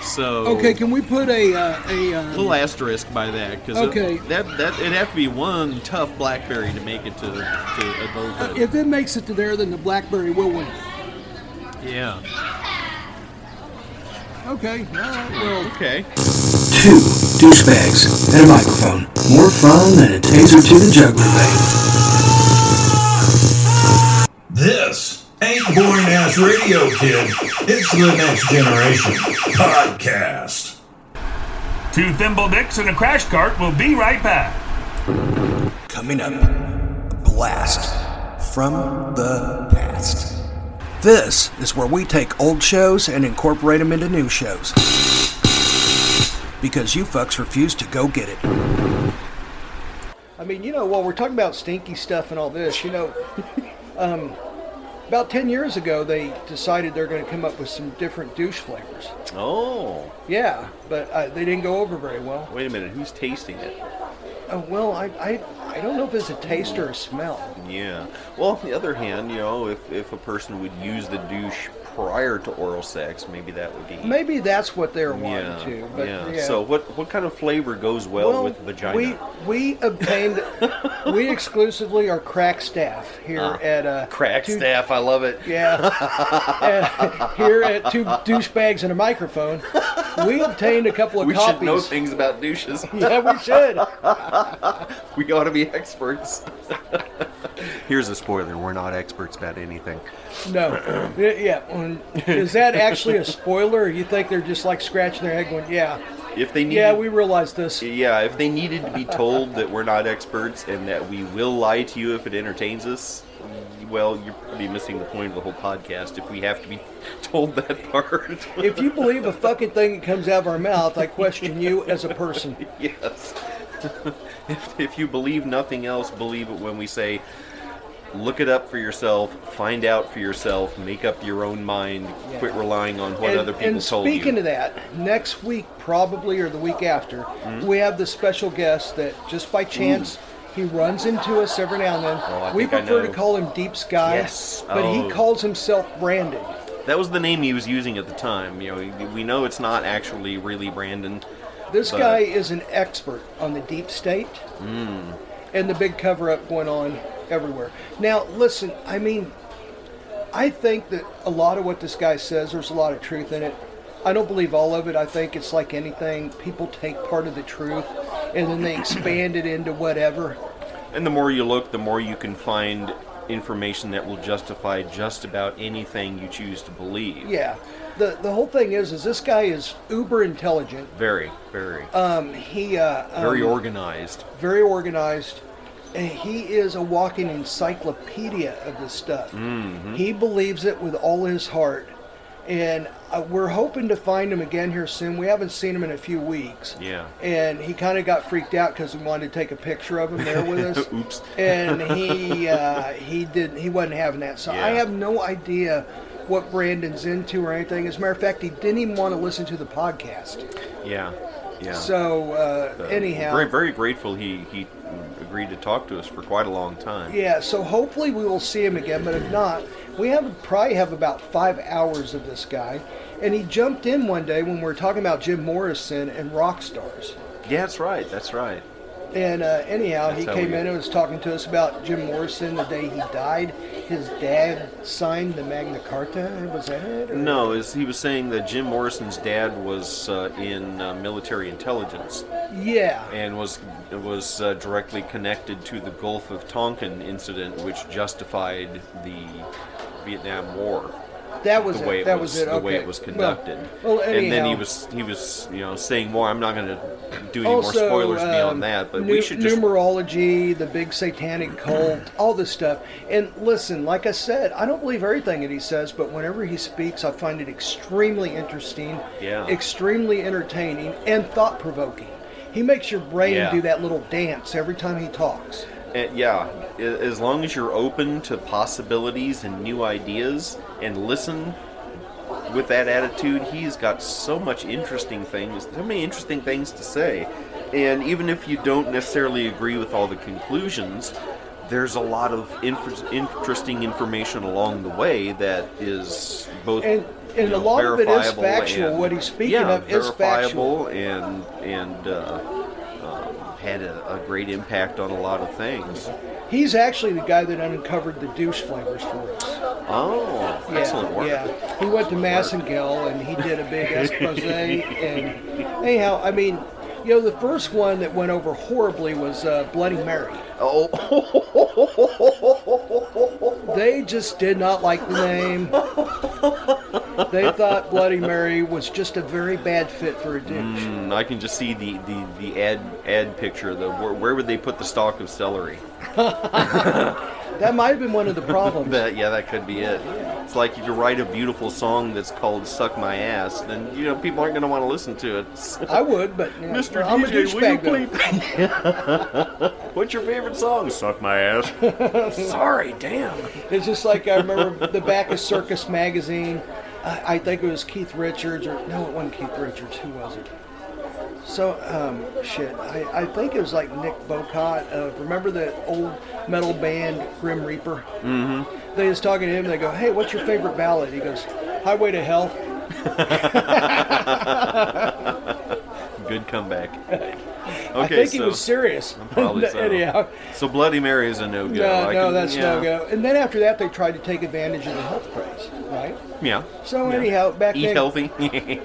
[SPEAKER 8] So
[SPEAKER 10] Okay, can we put a uh, a uh,
[SPEAKER 8] little asterisk by that because
[SPEAKER 10] Okay.
[SPEAKER 8] that that it'd have to be one tough blackberry to make it to to adulthood.
[SPEAKER 10] Uh, if it makes it to there, then the blackberry will win.
[SPEAKER 8] yeah.
[SPEAKER 10] Okay, all right, well,
[SPEAKER 8] Okay.
[SPEAKER 6] Two douchebags and a microphone. More fun than a taser to the jugular vein.
[SPEAKER 11] This ain't boring ass radio, kid. It's the next generation podcast.
[SPEAKER 5] Two thimble dicks and a crash cart will be right back.
[SPEAKER 1] Coming up, a blast from the past. This is where we take old shows and incorporate them into new shows. Because you fucks refuse to go get it.
[SPEAKER 6] I mean, you know, while we're talking about stinky stuff and all this, you know, um, about 10 years ago, they decided they're going to come up with some different douche flavors.
[SPEAKER 8] Oh,
[SPEAKER 6] Yeah, but uh, they didn't go over very well.
[SPEAKER 8] wait a minute. Who's tasting it?
[SPEAKER 6] Uh, well, I, I, I don't know if it's a taste or a smell.
[SPEAKER 8] Yeah. Well, on the other hand, you know, if, if a person would use the douche prior to oral sex, maybe that would be.
[SPEAKER 6] Maybe that's what they're
[SPEAKER 8] Yeah.
[SPEAKER 6] wanting to. But
[SPEAKER 8] yeah.
[SPEAKER 6] yeah.
[SPEAKER 8] So what what kind of flavor goes well, with vagina?
[SPEAKER 6] We we obtained we exclusively are crack staff here at uh,
[SPEAKER 8] Ah, Crack
[SPEAKER 6] two-
[SPEAKER 8] staff. I love it.
[SPEAKER 6] Yeah, Uh, here at two douchebags and a microphone, we obtained a couple of
[SPEAKER 8] We
[SPEAKER 6] copies.
[SPEAKER 8] should know things about douches.
[SPEAKER 6] yeah, we should.
[SPEAKER 8] we ought to be experts. Here's a spoiler: we're not experts about anything.
[SPEAKER 6] No, yeah. yeah, um, Is that actually a spoiler? Or you think they're just like scratching their head, going, "Yeah,
[SPEAKER 8] If they need,
[SPEAKER 6] yeah, we realized this."
[SPEAKER 8] Yeah, if they needed to be told that we're not experts and that we will lie to you if it entertains us, well, you're probably missing the point of the whole podcast if we have to be told that part.
[SPEAKER 6] If you believe a fucking thing that comes out of our mouth, I question you as a person.
[SPEAKER 8] yes. if, if you believe nothing else, believe it when we say, look it up for yourself, find out for yourself, make up your own mind, quit relying on what
[SPEAKER 6] and,
[SPEAKER 8] other people
[SPEAKER 6] and
[SPEAKER 8] told you.
[SPEAKER 6] speaking of that, next week probably or the week after,
[SPEAKER 8] Hmm?
[SPEAKER 6] we have the special guest that just by chance he runs into us every now and then.
[SPEAKER 8] Oh, I
[SPEAKER 6] we
[SPEAKER 8] think I
[SPEAKER 6] prefer
[SPEAKER 8] know.
[SPEAKER 6] to call him Deep Sky,
[SPEAKER 8] Yes.
[SPEAKER 6] but
[SPEAKER 8] Oh.
[SPEAKER 6] he calls himself Brandon.
[SPEAKER 8] that was the name he was using at the time. You know, we know it's not actually really Brandon.
[SPEAKER 6] This
[SPEAKER 8] But-
[SPEAKER 6] guy is an expert on the deep state and the big cover up going on everywhere. Now, listen, I mean, I think that a lot of what this guy says, there's a lot of truth in it. I don't believe all of it. I think it's like anything, people take part of the truth and then they expand it into whatever.
[SPEAKER 8] And the more you look, the more you can find information that will justify just about anything you choose to believe.
[SPEAKER 6] Yeah. The, the whole thing is, is this guy is uber intelligent.
[SPEAKER 8] Very, very,
[SPEAKER 6] Um, he uh, um,
[SPEAKER 8] very organized.
[SPEAKER 6] very organized, and he is a walking encyclopedia of this stuff. He believes it with all his heart, and uh, we're hoping to find him again here soon. We haven't seen him in a few weeks.
[SPEAKER 8] Yeah.
[SPEAKER 6] and he kind of got freaked out because we wanted to take a picture of him there with us.
[SPEAKER 8] Oops.
[SPEAKER 6] And he uh, he did he wasn't having that. So I
[SPEAKER 8] Yeah.
[SPEAKER 6] have no idea what Brandon's into or anything. As a matter of fact, he didn't even want to listen to the podcast.
[SPEAKER 8] Yeah, yeah.
[SPEAKER 6] So uh,
[SPEAKER 8] Uh,
[SPEAKER 6] anyhow,
[SPEAKER 8] very, very grateful he he agreed to talk to us for quite a long time.
[SPEAKER 6] Yeah, so hopefully we will see him again, but if not, we have probably have about five hours of this guy. And he jumped in one day when we were talking about Jim Morrison and rock stars.
[SPEAKER 8] Yeah, that's right. That's right.
[SPEAKER 6] And uh, anyhow,
[SPEAKER 8] That's
[SPEAKER 6] he
[SPEAKER 8] how
[SPEAKER 6] came
[SPEAKER 8] we-
[SPEAKER 6] in and was talking to us about Jim Morrison the day he died. His dad signed the Magna Carta. Was that it? or-
[SPEAKER 8] No, as he was saying that Jim Morrison's dad was uh, in uh, military intelligence
[SPEAKER 6] Yeah.
[SPEAKER 8] and was was uh, directly connected to the Gulf of Tonkin incident, which justified the Vietnam War.
[SPEAKER 6] That was
[SPEAKER 8] the
[SPEAKER 6] it.
[SPEAKER 8] way it
[SPEAKER 6] that
[SPEAKER 8] was,
[SPEAKER 6] was it.
[SPEAKER 8] the
[SPEAKER 6] okay.
[SPEAKER 8] way it was
[SPEAKER 6] Well-
[SPEAKER 8] conducted.
[SPEAKER 6] Well,
[SPEAKER 8] and then he
[SPEAKER 6] anyhow.
[SPEAKER 8] was he was you know saying more. I'm not going to do any
[SPEAKER 6] also,
[SPEAKER 8] more spoilers
[SPEAKER 6] um,
[SPEAKER 8] beyond that, but we
[SPEAKER 6] nu-
[SPEAKER 8] should just
[SPEAKER 6] numerology, the big satanic cult, all this stuff. And listen, like I said, I don't believe everything that he says, but whenever he speaks, I find it extremely interesting,
[SPEAKER 8] Yeah.
[SPEAKER 6] extremely entertaining, and thought provoking. He makes your brain
[SPEAKER 8] Yeah.
[SPEAKER 6] do that little dance every time he talks.
[SPEAKER 8] Uh, yeah, a- as long as you're open to possibilities and new ideas and listen with that attitude, he's got so much interesting things, so many interesting things to say. And even if you don't necessarily agree with all the conclusions, there's a lot of inf- interesting information along the way that is both
[SPEAKER 6] And- and
[SPEAKER 8] you
[SPEAKER 6] a
[SPEAKER 8] know,
[SPEAKER 6] lot of it is
[SPEAKER 8] verifiable
[SPEAKER 6] factual.
[SPEAKER 8] and-
[SPEAKER 6] What he's speaking
[SPEAKER 8] yeah,
[SPEAKER 6] of is factual.
[SPEAKER 8] verifiable and and uh, um, had a, a great impact on a lot of things.
[SPEAKER 6] He's actually the guy that uncovered the douche flavors for us.
[SPEAKER 8] Oh, excellent work.
[SPEAKER 6] Yeah. He went to Massengill and he did a big expose. and anyhow, I mean, you know, the first one that went over horribly was uh, Bloody Mary.
[SPEAKER 8] Oh,
[SPEAKER 6] They just did not like the name. They thought Bloody Mary was just a very bad fit for a douche.
[SPEAKER 8] Mm, I can just see the the, the ad ad picture. The where, where would they put the stalk of celery?
[SPEAKER 6] That might have been one of the problems.
[SPEAKER 8] That yeah, that could be it. It's like if you write a beautiful song that's called "Suck My Ass," then you know people aren't going to want to listen to it.
[SPEAKER 6] I would, but you know,
[SPEAKER 8] Mr.
[SPEAKER 6] I'm a
[SPEAKER 8] DJ, will you
[SPEAKER 6] douchebag. though.
[SPEAKER 8] please? What's your favorite song? Suck my ass. Sorry, damn.
[SPEAKER 6] It's just like uh, I remember the back of Circus magazine. I, I think it was Keith Richards, or no, it wasn't Keith Richards. Who was it? So um, shit. I, I think it was like Nick Bocott. Uh, remember that old metal band Grim Reaper? Mm-hmm. They was talking to him. They go, "Hey, what's your favorite ballad?" He goes, "Highway to Hell."
[SPEAKER 8] Good comeback. Okay,
[SPEAKER 6] I think
[SPEAKER 8] so
[SPEAKER 6] he was serious.
[SPEAKER 8] probably so.
[SPEAKER 6] Anyhow,
[SPEAKER 8] So Bloody Mary is a no go.
[SPEAKER 6] no, no, that's no go. And then after that, they tried to take advantage of the health craze, right?
[SPEAKER 8] Yeah.
[SPEAKER 6] So
[SPEAKER 8] yeah.
[SPEAKER 6] anyhow, back
[SPEAKER 8] eat
[SPEAKER 6] then-
[SPEAKER 8] healthy.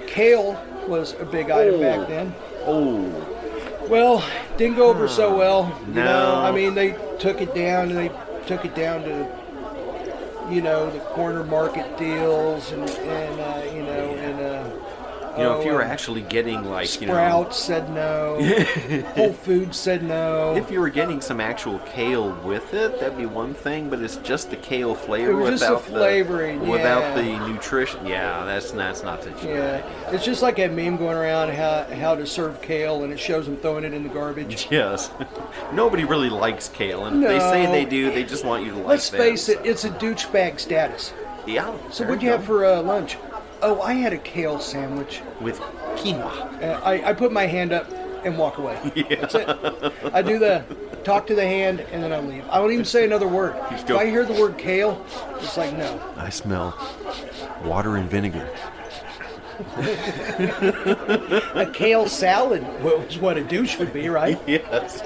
[SPEAKER 6] Kale was a big item back then.
[SPEAKER 8] oh,
[SPEAKER 6] Well, didn't go over so well. You know,
[SPEAKER 8] No.
[SPEAKER 6] I mean, they took it down and they took it down to, you know, the corner market deals and, and uh, you know, and, uh,
[SPEAKER 8] you know, if
[SPEAKER 6] oh,
[SPEAKER 8] you were
[SPEAKER 6] um,
[SPEAKER 8] actually getting like you know,
[SPEAKER 6] Sprouts said no. Whole Foods said no.
[SPEAKER 8] if you were getting some actual kale with it, that'd be one thing. But it's just the kale flavor
[SPEAKER 6] was just the
[SPEAKER 8] without
[SPEAKER 6] flavoring,
[SPEAKER 8] without
[SPEAKER 6] yeah.
[SPEAKER 8] the nutrition. Yeah, that's that's not the
[SPEAKER 6] yeah, it's just like that meme going around how how to serve kale, and it shows them throwing it in the garbage.
[SPEAKER 8] Yes, nobody really likes kale, and if they say
[SPEAKER 6] No.
[SPEAKER 8] they do, they just want you to like
[SPEAKER 6] Let's
[SPEAKER 8] them,
[SPEAKER 6] face it,
[SPEAKER 8] so-
[SPEAKER 6] it's a douche bag status.
[SPEAKER 8] Yeah.
[SPEAKER 6] So
[SPEAKER 8] there
[SPEAKER 6] what'd you have
[SPEAKER 8] go.
[SPEAKER 6] for uh, lunch? Oh, I had a kale sandwich.
[SPEAKER 8] with quinoa?
[SPEAKER 6] Uh, I, I put my hand up and walk away. That's it. I do the talk to the hand and then I leave. I don't even say another word. If
[SPEAKER 8] go.
[SPEAKER 6] I hear the word kale, it's like no.
[SPEAKER 8] I smell water and vinegar.
[SPEAKER 6] A kale salad was what a douche would be, right?
[SPEAKER 8] Yes.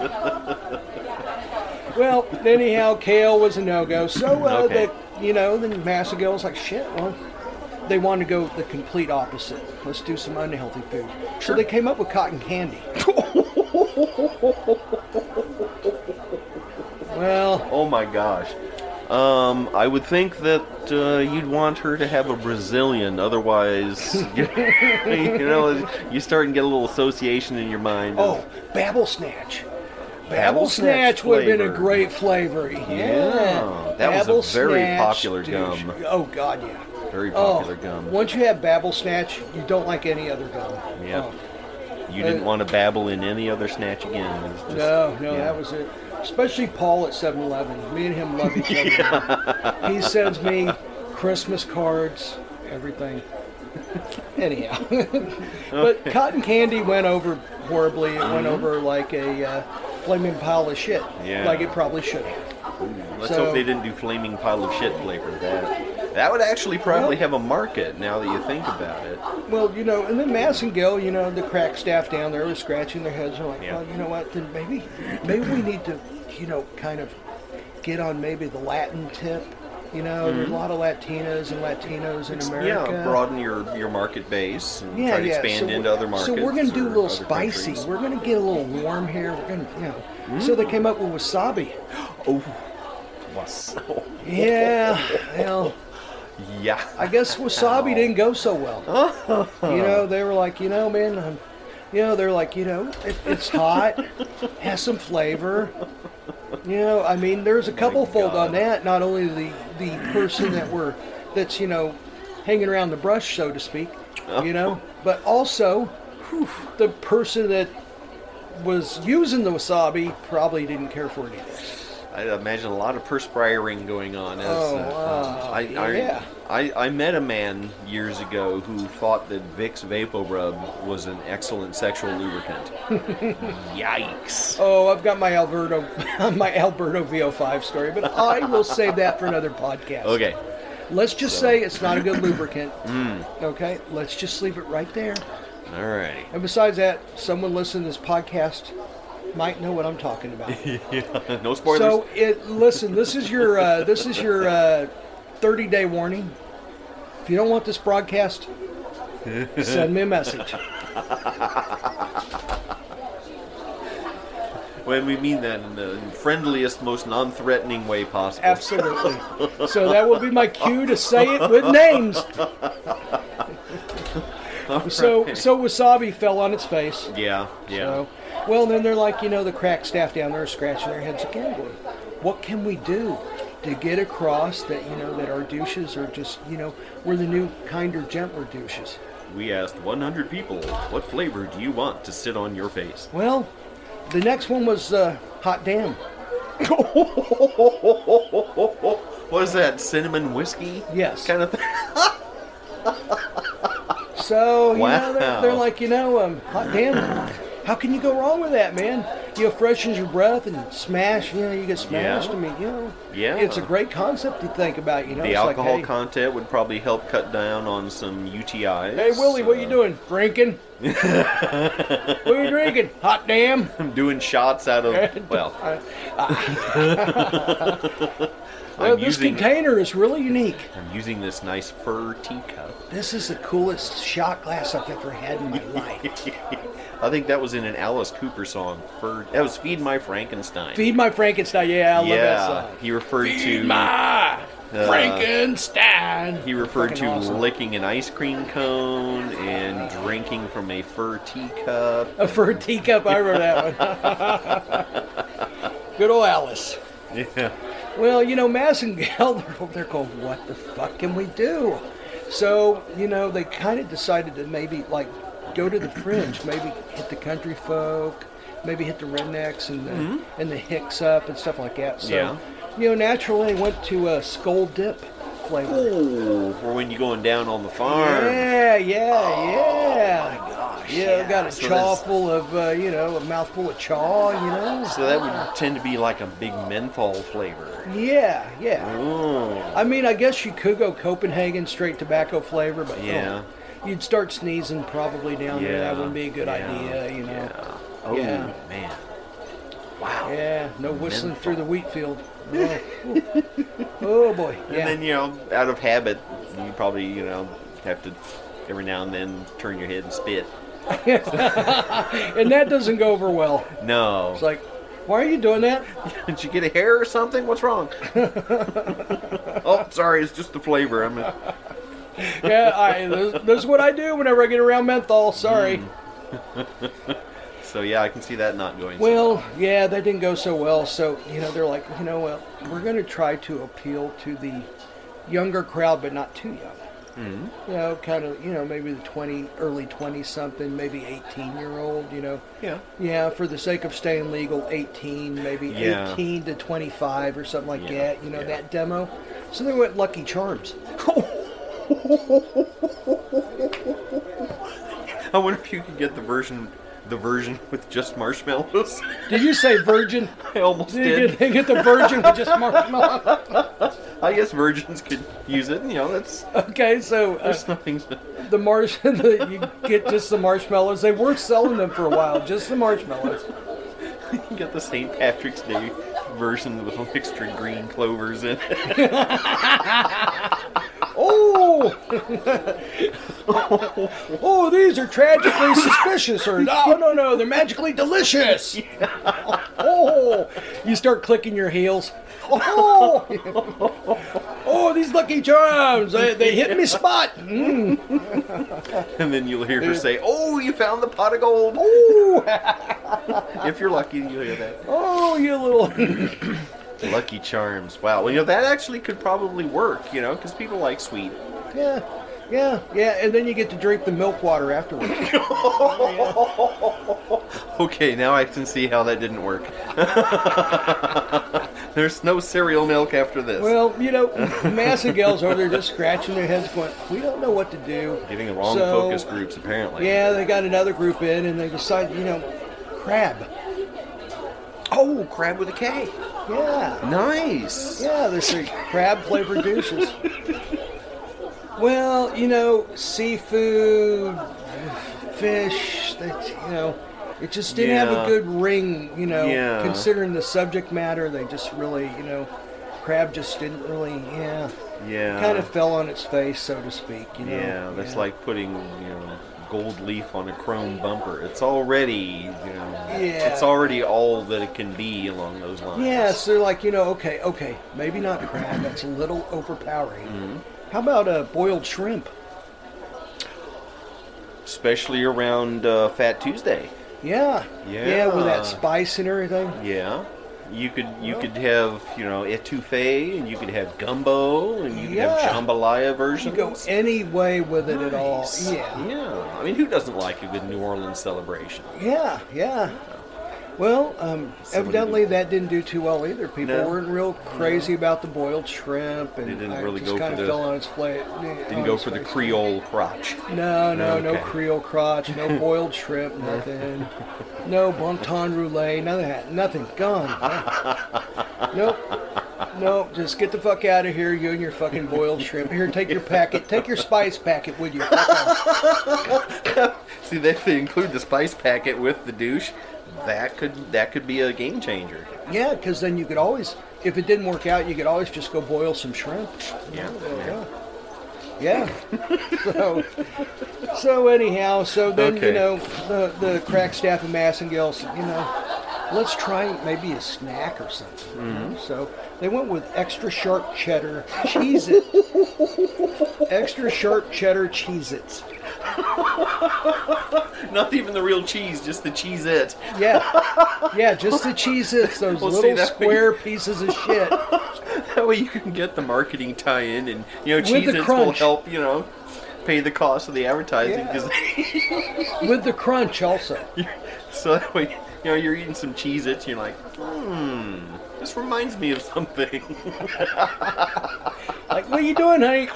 [SPEAKER 6] Well, anyhow, kale was a no-go. So uh,
[SPEAKER 8] Okay.
[SPEAKER 6] the you know the Massagill was like shit. Well, they wanted to go the complete opposite. Let's do some unhealthy food. So they came up with cotton candy. well.
[SPEAKER 8] Oh my gosh. Um, I would think that uh, you'd want her to have a Brazilian, otherwise, you know, you start and get a little association in your mind.
[SPEAKER 6] Oh, Babble Snatch. Babble
[SPEAKER 8] Babble
[SPEAKER 6] Snatch
[SPEAKER 8] Snatch
[SPEAKER 6] would have been a
[SPEAKER 8] flavor.
[SPEAKER 6] great flavor. Yeah.
[SPEAKER 8] that was a
[SPEAKER 6] Babble
[SPEAKER 8] very
[SPEAKER 6] Snatch
[SPEAKER 8] popular
[SPEAKER 6] douche.
[SPEAKER 8] gum.
[SPEAKER 6] Oh, God, yeah.
[SPEAKER 8] Very
[SPEAKER 6] Oh,
[SPEAKER 8] popular gum.
[SPEAKER 6] Once you have Babble Snatch, you don't like any other gum.
[SPEAKER 8] Yeah.
[SPEAKER 6] Oh,
[SPEAKER 8] You didn't want to babble in any other snatch again. It was just-
[SPEAKER 6] no, no,
[SPEAKER 8] yeah.
[SPEAKER 6] that was it. Especially Paul at 7 Eleven. Me and him love each other. He sends me Christmas cards, everything. Anyhow. but cotton candy went over horribly. It went over like a uh, flaming pile of shit.
[SPEAKER 8] Mm-hmm. Yeah.
[SPEAKER 6] Like it probably should have.
[SPEAKER 8] Let's
[SPEAKER 6] So-
[SPEAKER 8] hope they didn't do flaming pile of shit flavor. That that would actually probably
[SPEAKER 6] Well-
[SPEAKER 8] have a market now that you think about it.
[SPEAKER 6] Well, you know, and then Massengill, you know, the crack staff down there was scratching their heads. They're like,
[SPEAKER 8] Yeah.
[SPEAKER 6] well, you know what? Then maybe, maybe we need to, you know, kind of get on maybe the Latin tip. You know, there's a lot of Latinas and Latinos in America.
[SPEAKER 8] Mm-hmm. Yeah, broaden your, your market base and
[SPEAKER 6] Yeah,
[SPEAKER 8] try to
[SPEAKER 6] yeah.
[SPEAKER 8] expand
[SPEAKER 6] so
[SPEAKER 8] into
[SPEAKER 6] we're-
[SPEAKER 8] other markets.
[SPEAKER 6] So we're gonna do
[SPEAKER 8] or
[SPEAKER 6] a little
[SPEAKER 8] other
[SPEAKER 6] spicy.
[SPEAKER 8] countries. Mm.
[SPEAKER 6] We're gonna get a little warm here. We're gonna, you know. So they came up with wasabi.
[SPEAKER 8] Wow.
[SPEAKER 6] Yeah, well,
[SPEAKER 8] Yeah.
[SPEAKER 6] I guess wasabi didn't go so well. you know, they were like, you know, man, um, you know, they're like, you know, it, it's hot, has some flavor. You know, I mean, there's a couple fold on that. Not only the the person that we're that's you know hanging around the brush, so to speak, you know, but also whew, the person that was using the wasabi probably didn't care for it either.
[SPEAKER 8] I imagine a lot of perspiring going on. As,
[SPEAKER 6] Oh,
[SPEAKER 8] uh,
[SPEAKER 6] wow.
[SPEAKER 8] I, I,
[SPEAKER 6] Yeah.
[SPEAKER 8] I, I met a man years ago who thought that Vicks VapoRub was an excellent sexual lubricant. Yikes.
[SPEAKER 6] Oh, I've got my Alberto, my Alberto VO5 story, but I will save that for another podcast.
[SPEAKER 8] Okay.
[SPEAKER 6] Let's just say it's not a good lubricant. Okay. Let's just leave it right there.
[SPEAKER 8] All right.
[SPEAKER 6] And besides that, someone listening to this podcast might know what I'm talking about.
[SPEAKER 8] No spoilers.
[SPEAKER 6] So it listen, this is your uh, this is your uh, 30 day warning. If you don't want this broadcast, send me a message.
[SPEAKER 8] when we mean that in the friendliest, most non-threatening way possible.
[SPEAKER 6] Absolutely. So that will be my cue to say it with names. So so wasabi fell on its face.
[SPEAKER 8] Yeah. Yeah.
[SPEAKER 6] So, well, then they're like, you know, the crack staff down there scratching their heads again. Going, what can we do to get across that you know that our douches are just you know we're the new kinder, gentler douches?
[SPEAKER 8] We asked 100 people, "What flavor do you want to sit on your face?"
[SPEAKER 6] Well, the next one was uh, hot damn.
[SPEAKER 8] What is that? Cinnamon whiskey?
[SPEAKER 6] Yes.
[SPEAKER 8] Kind of thing.
[SPEAKER 6] So you know
[SPEAKER 8] Wow.
[SPEAKER 6] they're, they're like, you know, um, hot damn. How can you go wrong with that, man? You know, freshens your breath and smash. You know, you get smashed.
[SPEAKER 8] Yeah.
[SPEAKER 6] I mean, you know,
[SPEAKER 8] Yeah.
[SPEAKER 6] it's a great concept to think about. You know,
[SPEAKER 8] The
[SPEAKER 6] it's
[SPEAKER 8] alcohol
[SPEAKER 6] like, hey,
[SPEAKER 8] content would probably help cut down on some UTIs.
[SPEAKER 6] Hey Willie, what you
[SPEAKER 8] uh,
[SPEAKER 6] doing? Drinking? what are you drinking? Hot damn!
[SPEAKER 8] I'm doing shots out of well.
[SPEAKER 6] Well,
[SPEAKER 8] I'm
[SPEAKER 6] this
[SPEAKER 8] using
[SPEAKER 6] container is really unique.
[SPEAKER 8] I'm using this nice fur teacup.
[SPEAKER 6] This is the coolest shot glass I've ever had in my life.
[SPEAKER 8] I think that was in an Alice Cooper song. Fur. That was "Feed My Frankenstein."
[SPEAKER 6] Feed my Frankenstein. Yeah, I love that
[SPEAKER 8] yeah,
[SPEAKER 6] song.
[SPEAKER 8] he referred to
[SPEAKER 6] My
[SPEAKER 8] uh,
[SPEAKER 6] Frankenstein.
[SPEAKER 8] He referred
[SPEAKER 6] Fucking
[SPEAKER 8] to
[SPEAKER 6] awesome.
[SPEAKER 8] licking an ice cream cone and drinking from a fur teacup.
[SPEAKER 6] A fur teacup. I remember that one. Good old Alice.
[SPEAKER 8] Yeah.
[SPEAKER 6] Well, you know, Mass and Gal, they're over there going, what the fuck can we do? So, you know, they kind of decided to maybe, like, go to the fringe, maybe hit the country folk, maybe hit the rednecks and the, and the hicks up and stuff like that. So,
[SPEAKER 8] Mm-hmm. Yeah.
[SPEAKER 6] you know, naturally, they went to a skull dip flavor.
[SPEAKER 8] Ooh, for when you're going down on the farm.
[SPEAKER 6] Yeah, yeah, yeah. Oh, my
[SPEAKER 8] gosh,
[SPEAKER 6] Yeah,
[SPEAKER 8] yeah.
[SPEAKER 6] got a
[SPEAKER 8] So
[SPEAKER 6] chaw
[SPEAKER 8] that's-
[SPEAKER 6] full of, uh, you know, a mouthful of chaw, you know?
[SPEAKER 8] So that would tend to be like a big menthol flavor.
[SPEAKER 6] Yeah, yeah.
[SPEAKER 8] Oh,
[SPEAKER 6] I mean, I guess you could go Copenhagen straight tobacco flavor, but oh,
[SPEAKER 8] Yeah.
[SPEAKER 6] you'd start sneezing probably down there.
[SPEAKER 8] Yeah,
[SPEAKER 6] That wouldn't be a good
[SPEAKER 8] yeah,
[SPEAKER 6] idea, you know.
[SPEAKER 8] yeah. Oh,
[SPEAKER 6] Yeah.
[SPEAKER 8] man. Wow.
[SPEAKER 6] Yeah, no whistling
[SPEAKER 8] Menthol.
[SPEAKER 6] through the wheat field. Oh, oh. Oh, boy,
[SPEAKER 8] And
[SPEAKER 6] yeah,
[SPEAKER 8] then, you know, out of habit, you probably, you know, have to every now and then turn your head and spit.
[SPEAKER 6] and that doesn't go over well.
[SPEAKER 8] No.
[SPEAKER 6] It's like, why are you doing that?
[SPEAKER 8] Did you get a hair or something? What's wrong? oh, sorry, it's just the flavor. I'm a...
[SPEAKER 6] Yeah, I, this, this is what I do whenever I get around menthol. Sorry.
[SPEAKER 8] So, yeah, I can see that not going. so
[SPEAKER 6] Well, yeah, that didn't go so well. So, you know, they're like, you know what? We're going to try to appeal to the younger crowd, but not too young. Mm-hmm. You know, kind of, you know, maybe the 20, early 20 something, maybe 18 year old, you know.
[SPEAKER 8] Yeah.
[SPEAKER 6] Yeah, for the sake of staying legal, 18, maybe
[SPEAKER 8] Yeah.
[SPEAKER 6] 18 to 25 or something like
[SPEAKER 8] Yeah,
[SPEAKER 6] that, you know,
[SPEAKER 8] yeah.
[SPEAKER 6] that demo. So they went Lucky Charms.
[SPEAKER 8] I wonder if you could get the version, the version with just marshmallows.
[SPEAKER 6] Did you say virgin?
[SPEAKER 8] I almost
[SPEAKER 6] Did you
[SPEAKER 8] did.
[SPEAKER 6] get, get the virgin with just marshmallow?
[SPEAKER 8] I guess virgins could use it. You know, that's
[SPEAKER 6] Okay, so. uh,
[SPEAKER 8] there's nothing. sp-
[SPEAKER 6] the marsh the, you get just the marshmallows they were selling them for a while just the marshmallows
[SPEAKER 8] You can get the St. Patrick's Day version with extra green clovers in it.
[SPEAKER 6] oh oh these are tragically suspicious or no no no they're magically delicious oh Oh, you start clicking your heels. Oh, oh these lucky charms. They, they hit me spot.
[SPEAKER 8] and then you'll hear her say, "Oh, you found the pot of gold."
[SPEAKER 6] Ooh,
[SPEAKER 8] If you're lucky, you'll hear that.
[SPEAKER 6] oh, you little.
[SPEAKER 8] Lucky charms. Wow. Well, you know that actually could probably work. You know, because people like sweet.
[SPEAKER 6] Yeah, yeah, yeah. And then you get to drink the milk water afterwards.
[SPEAKER 8] Okay, now I can see how that didn't work. There's no cereal milk after this.
[SPEAKER 6] Well, you know, massive gals over there just scratching their heads, going, "We don't know what to do."
[SPEAKER 8] Getting the wrong
[SPEAKER 6] So,
[SPEAKER 8] focus groups apparently.
[SPEAKER 6] Yeah, they got another group in, and they decide, you know, crab.
[SPEAKER 8] Oh, crab with a K.
[SPEAKER 6] Yeah,
[SPEAKER 8] Nice.
[SPEAKER 6] yeah. They say crab flavored douches. well, you know, seafood, fish. That you know, it just didn't have
[SPEAKER 8] Yeah.
[SPEAKER 6] a good ring. You know,
[SPEAKER 8] Yeah.
[SPEAKER 6] considering the subject matter, they just really, you know, crab just didn't really. Yeah.
[SPEAKER 8] Yeah.
[SPEAKER 6] kind of fell on its face, so to speak. You know.
[SPEAKER 8] Uh, Yeah, that's like putting you know gold leaf on a chrome bumper. It's already you know
[SPEAKER 6] Yeah.
[SPEAKER 8] it's already all that it can be along those lines.
[SPEAKER 6] Yeah, so they're like, you know, okay, okay, maybe not crab. That's a little overpowering.
[SPEAKER 8] Mm-hmm.
[SPEAKER 6] How about a boiled shrimp?
[SPEAKER 8] Especially around uh, Fat Tuesday.
[SPEAKER 6] Yeah. with
[SPEAKER 8] Yeah.
[SPEAKER 6] that spice and everything.
[SPEAKER 8] Yeah. You could you could have you know etouffee and you could have gumbo and you could
[SPEAKER 6] Yeah.
[SPEAKER 8] have jambalaya
[SPEAKER 6] You
[SPEAKER 8] versions.
[SPEAKER 6] go any way with it at all.
[SPEAKER 8] Nice.
[SPEAKER 6] Yeah.
[SPEAKER 8] I mean, who doesn't like a good New Orleans celebration?
[SPEAKER 6] Yeah, yeah. Well, um,
[SPEAKER 8] Somebody
[SPEAKER 6] evidently
[SPEAKER 8] did-
[SPEAKER 6] that didn't do too well either. People
[SPEAKER 8] No.
[SPEAKER 6] weren't real crazy about the boiled shrimp, and
[SPEAKER 8] They didn't
[SPEAKER 6] I
[SPEAKER 8] really
[SPEAKER 6] just
[SPEAKER 8] go for
[SPEAKER 6] kind of
[SPEAKER 8] the-
[SPEAKER 6] fell on its plate. Oh,
[SPEAKER 8] Didn't go for the Creole crotch.
[SPEAKER 6] No, no, no
[SPEAKER 8] Okay.
[SPEAKER 6] Creole crotch, no boiled shrimp, nothing. No bon ton roulette, none of that, nothing. Gone. Nope. Nope. Just get the fuck out of here, you and your fucking boiled shrimp. Here, take your packet. Take your spice packet with you. Fuck off.
[SPEAKER 8] See, if they include the spice packet with the douche, that could that could be a game changer.
[SPEAKER 6] Yeah, because then you could always, if it didn't work out, you could always just go boil some shrimp.
[SPEAKER 8] Yeah.
[SPEAKER 6] Yeah. so, so anyhow, so then you
[SPEAKER 8] Okay.
[SPEAKER 6] know the the crack staff and Massengill said, you know, let's try maybe a snack or something. you know? So they went with extra sharp cheddar cheese it, extra sharp cheddar cheese its.
[SPEAKER 8] Not even the real cheese, just the cheese it.
[SPEAKER 6] Yeah, yeah, just the cheese its, those
[SPEAKER 8] Well, see,
[SPEAKER 6] little
[SPEAKER 8] that-
[SPEAKER 6] square pieces of shit.
[SPEAKER 8] That way you can get the marketing tie in and you know
[SPEAKER 6] With
[SPEAKER 8] cheese
[SPEAKER 6] the
[SPEAKER 8] its will
[SPEAKER 6] crunch.
[SPEAKER 8] help, you know, pay the cost of the advertising
[SPEAKER 6] Yeah.
[SPEAKER 8] 'cause-
[SPEAKER 6] with the crunch also.
[SPEAKER 8] so that way you know you're eating some cheese its and you're like, hmm, this reminds me of something.
[SPEAKER 6] Like, what are you doing, honey?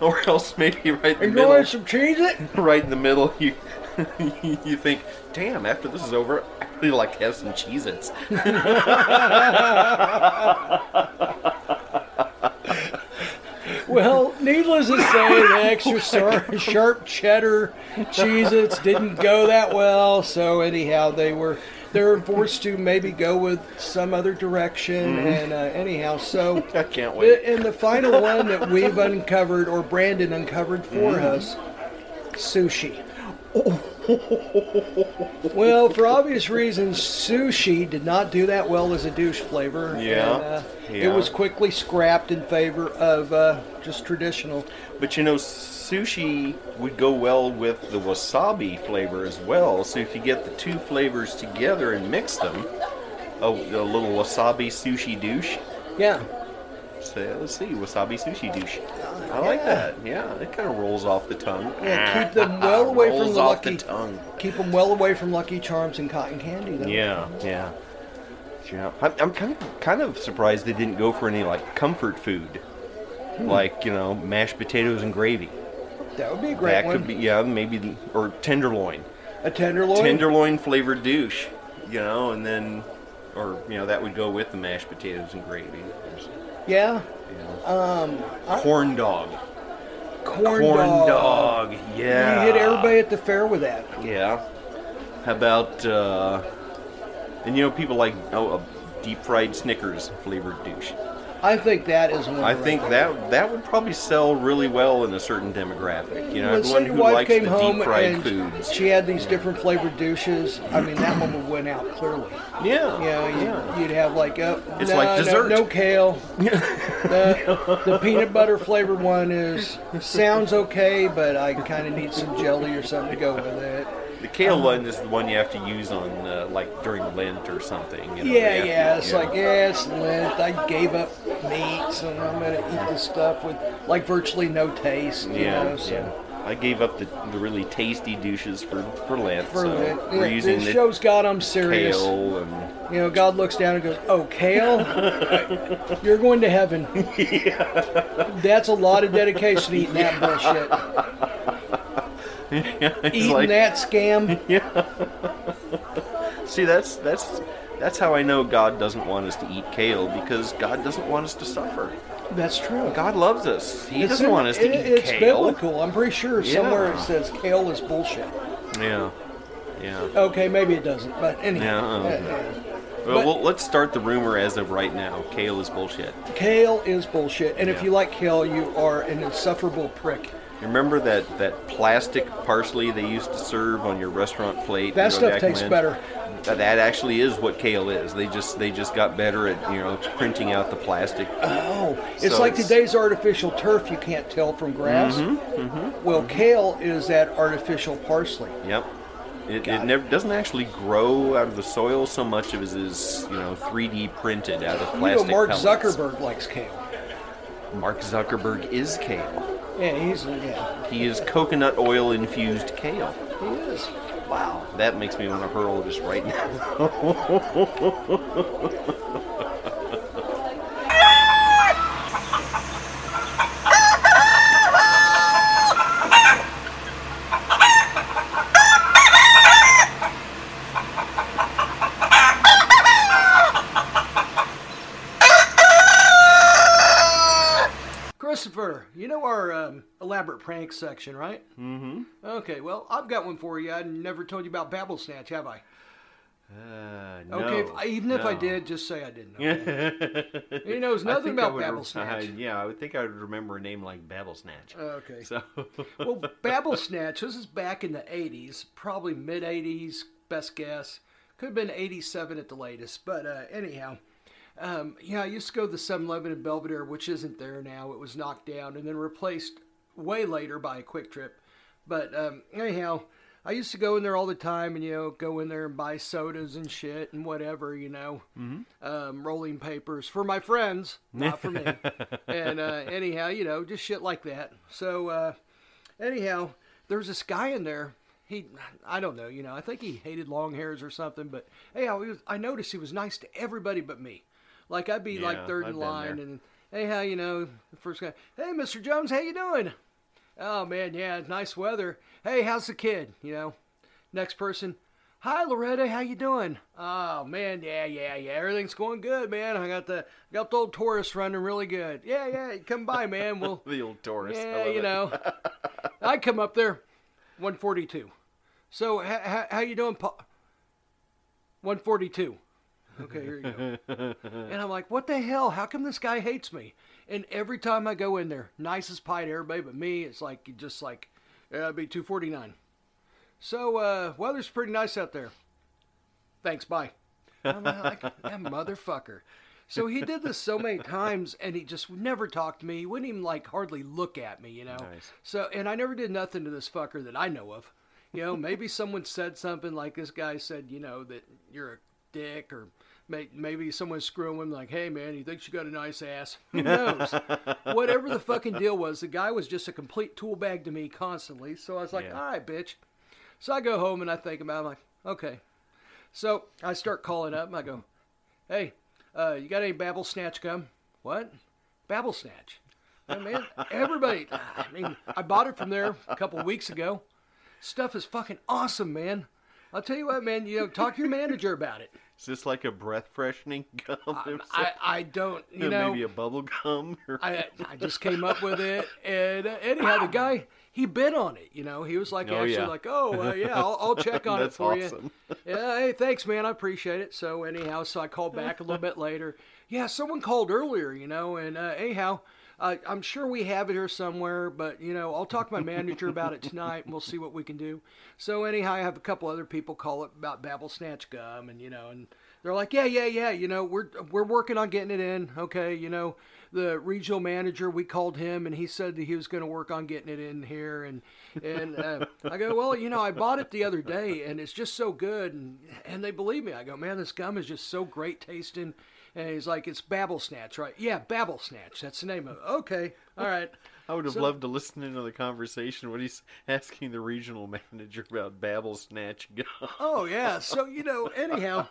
[SPEAKER 8] or else maybe right in the
[SPEAKER 6] Enjoying
[SPEAKER 8] middle
[SPEAKER 6] some cheese it?
[SPEAKER 8] right in the middle you you think, damn, after this is over, I'd really like to have some Cheez Its.
[SPEAKER 6] Well, needless to say, the extra sar- sharp cheddar Cheez-Its didn't go that well. So anyhow, they were they were forced to maybe go with some other direction. And uh, anyhow, so
[SPEAKER 8] I can't wait.
[SPEAKER 6] a- and the final one that we've uncovered or Brandon uncovered for
[SPEAKER 8] Mm-hmm.
[SPEAKER 6] us, sushi. well, for obvious reasons, sushi did not do that well as a douche flavor.
[SPEAKER 8] Yeah,
[SPEAKER 6] and, uh,
[SPEAKER 8] yeah.
[SPEAKER 6] It was quickly scrapped in favor of uh, just traditional.
[SPEAKER 8] But you know, sushi would go well with the wasabi flavor as well. So if you get the two flavors together and mix them, a, a little wasabi sushi douche.
[SPEAKER 6] Yeah.
[SPEAKER 8] So let's see, wasabi sushi douche. I like that. Yeah, it kind of rolls off the tongue.
[SPEAKER 6] Yeah, keep them well away from
[SPEAKER 8] Ah, rolls
[SPEAKER 6] the
[SPEAKER 8] off
[SPEAKER 6] lucky-
[SPEAKER 8] the tongue.
[SPEAKER 6] Keep them well away from Lucky Charms and cotton candy, though.
[SPEAKER 8] Yeah, yeah. Yeah, I'm, I'm kind of kind of surprised they didn't go for any like comfort food, like you know mashed potatoes and gravy.
[SPEAKER 6] That would be a great
[SPEAKER 8] that
[SPEAKER 6] one.
[SPEAKER 8] could be yeah maybe or tenderloin.
[SPEAKER 6] a tenderloin.
[SPEAKER 8] tenderloin flavored douche, you know, and then, or you know, that would go with the mashed potatoes and gravy.
[SPEAKER 6] Yeah.
[SPEAKER 8] You know. Um, corn dog,
[SPEAKER 6] Corn,
[SPEAKER 8] corn
[SPEAKER 6] dog.
[SPEAKER 8] dog, yeah.
[SPEAKER 6] You hit everybody at the fair with that.
[SPEAKER 8] Yeah. How about, uh, and you know, people like oh, a deep fried Snickers flavored douche.
[SPEAKER 6] I think that is one.
[SPEAKER 8] I think that that would probably sell really well in a certain demographic. You know,
[SPEAKER 6] Let's say
[SPEAKER 8] everyone
[SPEAKER 6] your
[SPEAKER 8] who
[SPEAKER 6] wife
[SPEAKER 8] likes
[SPEAKER 6] came
[SPEAKER 8] the
[SPEAKER 6] home
[SPEAKER 8] deep fried
[SPEAKER 6] and
[SPEAKER 8] foods.
[SPEAKER 6] she had these different flavored douches. I mean, that one would win out clearly.
[SPEAKER 8] Yeah,
[SPEAKER 6] You know, you,
[SPEAKER 8] yeah.
[SPEAKER 6] you'd have like oh,
[SPEAKER 8] It's
[SPEAKER 6] no,
[SPEAKER 8] like
[SPEAKER 6] no-
[SPEAKER 8] dessert.
[SPEAKER 6] No, kale. the, the peanut butter flavored one is sounds okay, but I kind of need some jelly or something to go with it.
[SPEAKER 8] The kale
[SPEAKER 6] Um,
[SPEAKER 8] one is the one you have to use on uh, like during Lent or something. You know,
[SPEAKER 6] Yeah,
[SPEAKER 8] you have to-
[SPEAKER 6] yeah. It's
[SPEAKER 8] you know.
[SPEAKER 6] like yeah, it's Lent. I gave up meat, so I'm gonna eat this stuff with like virtually no taste. You
[SPEAKER 8] yeah,
[SPEAKER 6] know, so.
[SPEAKER 8] yeah. I gave up the, the really tasty douches for for Lent.
[SPEAKER 6] For
[SPEAKER 8] so
[SPEAKER 6] Lent.
[SPEAKER 8] we're
[SPEAKER 6] Yeah,
[SPEAKER 8] using
[SPEAKER 6] this
[SPEAKER 8] the
[SPEAKER 6] shows God I'm serious.
[SPEAKER 8] kale and
[SPEAKER 6] You know, God looks down and goes, "Oh, Kale, you're going to heaven." That's a lot of dedication eating that bullshit,
[SPEAKER 8] it's
[SPEAKER 6] eating
[SPEAKER 8] like,
[SPEAKER 6] that scam.
[SPEAKER 8] See, that's that's that's how I know God doesn't want us to eat kale because God doesn't want us to suffer.
[SPEAKER 6] That's true.
[SPEAKER 8] God loves us. He
[SPEAKER 6] It's
[SPEAKER 8] doesn't
[SPEAKER 6] in-
[SPEAKER 8] want us to
[SPEAKER 6] it-
[SPEAKER 8] eat
[SPEAKER 6] It's
[SPEAKER 8] kale.
[SPEAKER 6] biblical. I'm pretty sure somewhere it
[SPEAKER 8] Yeah.
[SPEAKER 6] says kale is bullshit.
[SPEAKER 8] Yeah, yeah.
[SPEAKER 6] Okay, maybe it doesn't, but anyhow,
[SPEAKER 8] Yeah, uh-huh. I don't
[SPEAKER 6] uh,
[SPEAKER 8] Well,
[SPEAKER 6] But-
[SPEAKER 8] well, let's start the rumor as of right now. Kale is bullshit.
[SPEAKER 6] Uh, kale is bullshit. And if
[SPEAKER 8] Yeah.
[SPEAKER 6] you like kale, you are an insufferable prick.
[SPEAKER 8] Remember that, that plastic parsley they used to serve on your restaurant plate?
[SPEAKER 6] That
[SPEAKER 8] you know,
[SPEAKER 6] stuff
[SPEAKER 8] back
[SPEAKER 6] tastes
[SPEAKER 8] when?
[SPEAKER 6] better.
[SPEAKER 8] That, that actually is what kale is. They just they just got better at you know printing out the plastic.
[SPEAKER 6] Oh, it's
[SPEAKER 8] So
[SPEAKER 6] like
[SPEAKER 8] it's- Mm-hmm,
[SPEAKER 6] today's artificial turf you can't tell from grass. Well, kale is that artificial parsley.
[SPEAKER 8] Yep. It, it never doesn't actually grow out of the soil so much as it is you know 3D printed out of plastic.
[SPEAKER 6] you know, Mark
[SPEAKER 8] pellets.
[SPEAKER 6] Zuckerberg likes kale.
[SPEAKER 8] Mark Zuckerberg is kale.
[SPEAKER 6] Yeah, he's yeah,
[SPEAKER 8] He is coconut oil infused kale.
[SPEAKER 6] he is.
[SPEAKER 8] Wow, that makes me want to hurl just right now.
[SPEAKER 6] Christopher, you know our um, elaborate prank section, right? Mm-hmm. Okay, well, I've got one for you. I never told you about Babble Snatch, have I?
[SPEAKER 8] Uh, no,
[SPEAKER 6] Okay, if I, even if I
[SPEAKER 8] no.
[SPEAKER 6] did, just say I didn't. Okay? he knows
[SPEAKER 8] I
[SPEAKER 6] nothing
[SPEAKER 8] think I
[SPEAKER 6] about
[SPEAKER 8] would-
[SPEAKER 6] Babble
[SPEAKER 8] I-
[SPEAKER 6] Snatch.
[SPEAKER 8] yeah, I would think I would remember a name like Babble Snatch.
[SPEAKER 6] Okay.
[SPEAKER 8] So,
[SPEAKER 6] well, Babble Snatch, this is back in the 80s, probably mid 80s, best guess. Could have been 87 at the latest, but uh, anyhow. Um, yeah, I used to go to the 7 Eleven in Belvedere, which isn't there now. It was knocked down and then replaced way later by a Quick Trip. But um, anyhow, I used to go in there all the time and, you know, go in there and buy sodas and shit and whatever, you know, um, rolling papers for my friends, not for me. and uh, anyhow, you know, just shit like that. So, uh, anyhow, there was this guy in there. He, I don't know, you know, I think he hated long hairs or something. But anyhow, he was, I noticed he was nice to everybody but me. Like I'd be
[SPEAKER 8] Yeah,
[SPEAKER 6] like third
[SPEAKER 8] I've
[SPEAKER 6] in
[SPEAKER 8] been
[SPEAKER 6] line,
[SPEAKER 8] there.
[SPEAKER 6] and anyhow, you know, the first guy, hey, Mister Jones, how you doing? Oh man, yeah, it's nice weather. Hey, how's the kid? You know, next person, hi Loretta, how you doing? Oh man, yeah, yeah, yeah, everything's going good, man. I got the got the old Taurus running really good. Yeah, yeah, come by, man. We'll
[SPEAKER 8] the old Taurus. I
[SPEAKER 6] yeah,
[SPEAKER 8] love
[SPEAKER 6] you
[SPEAKER 8] it.
[SPEAKER 6] know. I come up there, 142. So h- h- how you doing, Paul? 142. Okay, here you go. and I'm like, what the hell? How come this guy hates me? And every time I go in there, nicest pie to everybody but me, it's like you just like, yeah, it'd be 249. So uh, weather's pretty nice out there. Thanks, bye. I'm like, that motherfucker. So he did this so many times, and he just never talked to me. He wouldn't even like hardly look at me, you know. So, and I never did nothing to this fucker that I know of. You know, maybe someone said something like this guy said, you know, that you're a dick, or may, maybe someone's screwing him, like, hey man, he thinks you got a nice ass. Who knows? Whatever the fucking deal was, the guy was just a complete tool bag to me constantly. So I was like, all right, bitch. So I go home and I think about. It. I'm like, okay. So I start calling up. and I go, hey, uh, you got any Babble Snatch gum? What? Babble Snatch. I mean, everybody. I mean, I bought it from there a couple weeks ago. Stuff is fucking awesome, man. I'll tell you what, man. You know, talk to your manager about it.
[SPEAKER 8] Is this like a breath freshening gum? or
[SPEAKER 6] I, I don't, you know,
[SPEAKER 8] maybe a bubble gum. Or...
[SPEAKER 6] I, I just came up with it, and uh, anyhow, the guy he bid on it. You know, he was like
[SPEAKER 12] Oh,
[SPEAKER 6] actually
[SPEAKER 12] yeah.
[SPEAKER 6] like, oh uh, yeah, I'll, I'll check on it
[SPEAKER 12] That's
[SPEAKER 6] for
[SPEAKER 12] awesome.
[SPEAKER 6] you. Yeah, hey, thanks, man, I appreciate it. So anyhow, so I called back a little bit later. Yeah, someone called earlier, you know, and uh, anyhow. Uh, I'm sure we have it here somewhere, but you know, I'll talk to my manager about it tonight, and we'll see what we can do. So anyhow, I have a couple other people call up about Babel Snatch Gum, and you know, and they're like, yeah, yeah, yeah, you know, we're we're working on getting it in. Okay, you know, the regional manager, we called him, and he said that he was going to work on getting it in here, and and uh, I go, well, you know, I bought it the other day, and it's just so good, and and they believe me. I go, man, this gum is just so great tasting. And he's like, it's Babel Snatch, right? Yeah, Babel Snatch. That's the name of it. Okay. All right.
[SPEAKER 12] I would have
[SPEAKER 6] So-
[SPEAKER 12] loved to listen into the conversation when he's asking the regional manager about Babel Snatch Gum.
[SPEAKER 6] Oh yeah. So you know, anyhow,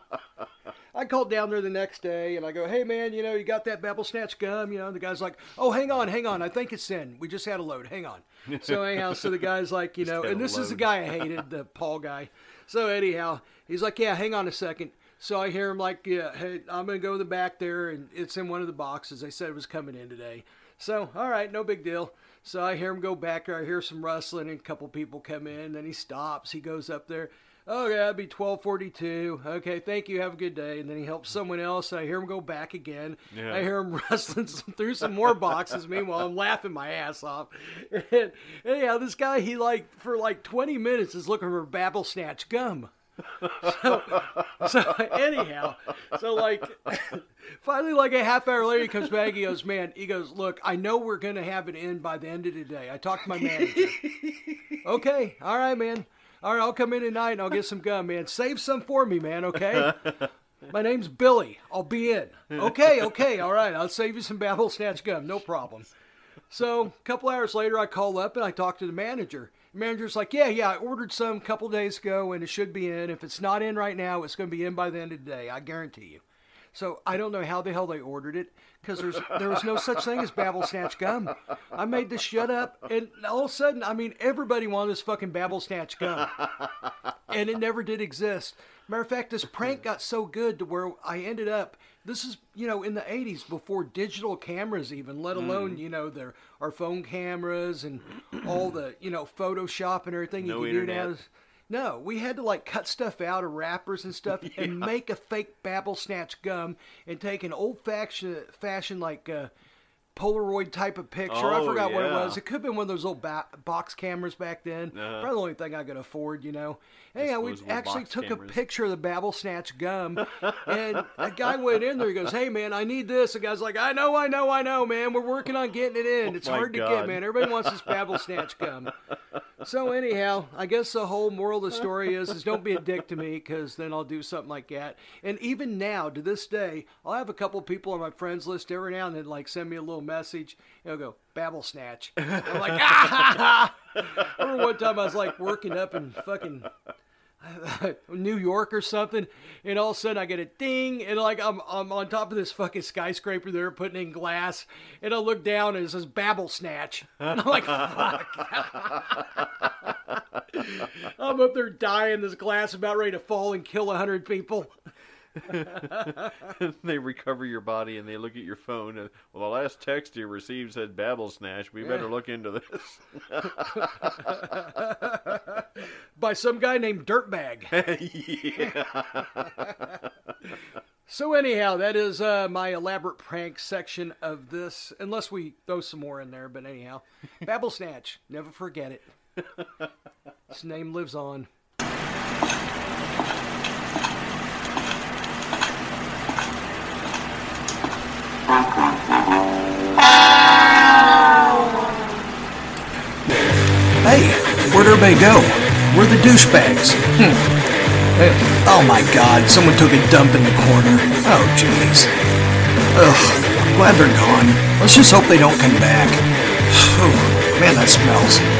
[SPEAKER 6] I called down there the next day and I go, "Hey man, you know, you got that Babel Snatch gum?" You know, and the guy's like, "Oh, hang on, hang on, I think it's in. We just had a load. Hang on." So anyhow, so the guy's like, you know,
[SPEAKER 12] had
[SPEAKER 6] and
[SPEAKER 12] a
[SPEAKER 6] this is the
[SPEAKER 12] load.
[SPEAKER 6] guy I hated, the Paul guy. So anyhow, he's like, "Yeah, hang on a second. So I hear him like, "Yeah, hey, I'm gonna go to the back there, and it's in one of the boxes. They said it was coming in today." So all right, no big deal. So I hear him go back there. I hear some rustling, and a couple people come in. Then he stops. He goes up there. Oh yeah, it'd be twelve forty-two. Okay, thank you. Have a good day. And then he helps someone else. I hear him go back again.
[SPEAKER 12] Yeah.
[SPEAKER 6] I hear him rustling some, through some more boxes. Meanwhile, I'm laughing my ass off. And anyhow, this guy he like for like twenty minutes is looking for Babel Snatch gum. So anyhow, so like finally like a half hour later he comes back, he goes, Man, he goes, Look, I know we're gonna have it in by the end of the day. I talked to my manager. okay, all right, man. All right, I'll come in tonight and I'll get some gum, man. Save some for me, man, okay? My name's Billy. I'll be in. Okay, okay, all right. I'll save you some Babel Snatch gum, no problem. So a couple hours later, I call up and I talk to the manager. The manager's like, "Yeah, yeah, I ordered some a couple days ago, and it should be in. If it's not in right now, it's going to be in by the end of the day. I guarantee you." So I don't know how the hell they ordered it because there's there was no such thing as Babel Snatch gum. I made this shut up, and all of a sudden, I mean, everybody wanted this fucking Babel Snatch gum and it never did exist. Matter of fact, this prank got so good to where I ended up. This is you know in the '80s before digital cameras even, let
[SPEAKER 12] Hmm.
[SPEAKER 6] alone you know there our phone cameras and all the you know Photoshop and everything
[SPEAKER 12] No
[SPEAKER 6] you can do now.
[SPEAKER 12] internet.
[SPEAKER 6] is- No, we had to like cut stuff out of wrappers and stuff and make a fake Babel snatch gum and take an old fashioned fashion like. Uh, Polaroid type of picture. I
[SPEAKER 12] Oh,
[SPEAKER 6] forgot what it
[SPEAKER 12] yeah.
[SPEAKER 6] was. It could have been one of those old ba- box cameras back then.
[SPEAKER 12] Uh-huh.
[SPEAKER 6] Probably the only thing I could afford, you know. Hey, we
[SPEAKER 12] Disposable
[SPEAKER 6] actually
[SPEAKER 12] box
[SPEAKER 6] took
[SPEAKER 12] cameras.
[SPEAKER 6] a picture of the Babel Snatch gum, and a guy went in there. He goes, "Hey, man, I need this." The guy's like, "I know, I know, I know, man. We're working on getting it in. It's
[SPEAKER 12] Oh my
[SPEAKER 6] hard to get,
[SPEAKER 12] God.
[SPEAKER 6] man. Everybody wants this Babel Snatch gum." So anyhow, I guess the whole moral of the story is is don't be a dick to me because then I'll do something like that. And even now, to this day, I'll have a couple people on my friends list every now and then like send me a little message. And they'll go, "Babel Snatch." I'm like, ah! ha, ha." I remember one time I was like working up in fucking New York or something, and all of a sudden I get a ding, and like I'm I'm on top of this fucking skyscraper there putting in glass, and I look down and it says Babel Snatch, and I'm like, fuck. I'm up there dying. This glass about ready to fall and kill a hundred people.
[SPEAKER 12] they recover your body and they look at your phone and well the last text you received said babble snatch we better look into this
[SPEAKER 6] by some guy named Dirtbag. so anyhow, that is uh, my elaborate prank section of this. Unless we throw some more in there, but anyhow, Babble Snatch. Never forget it. His name lives on.
[SPEAKER 2] Hey, where'd everybody go? We're the douchebags. Hmm. Eh, Oh my god, someone took a dump in the corner. Oh jeez. Ugh, glad they're gone. Let's just hope they don't come back. Whew, man, that smells.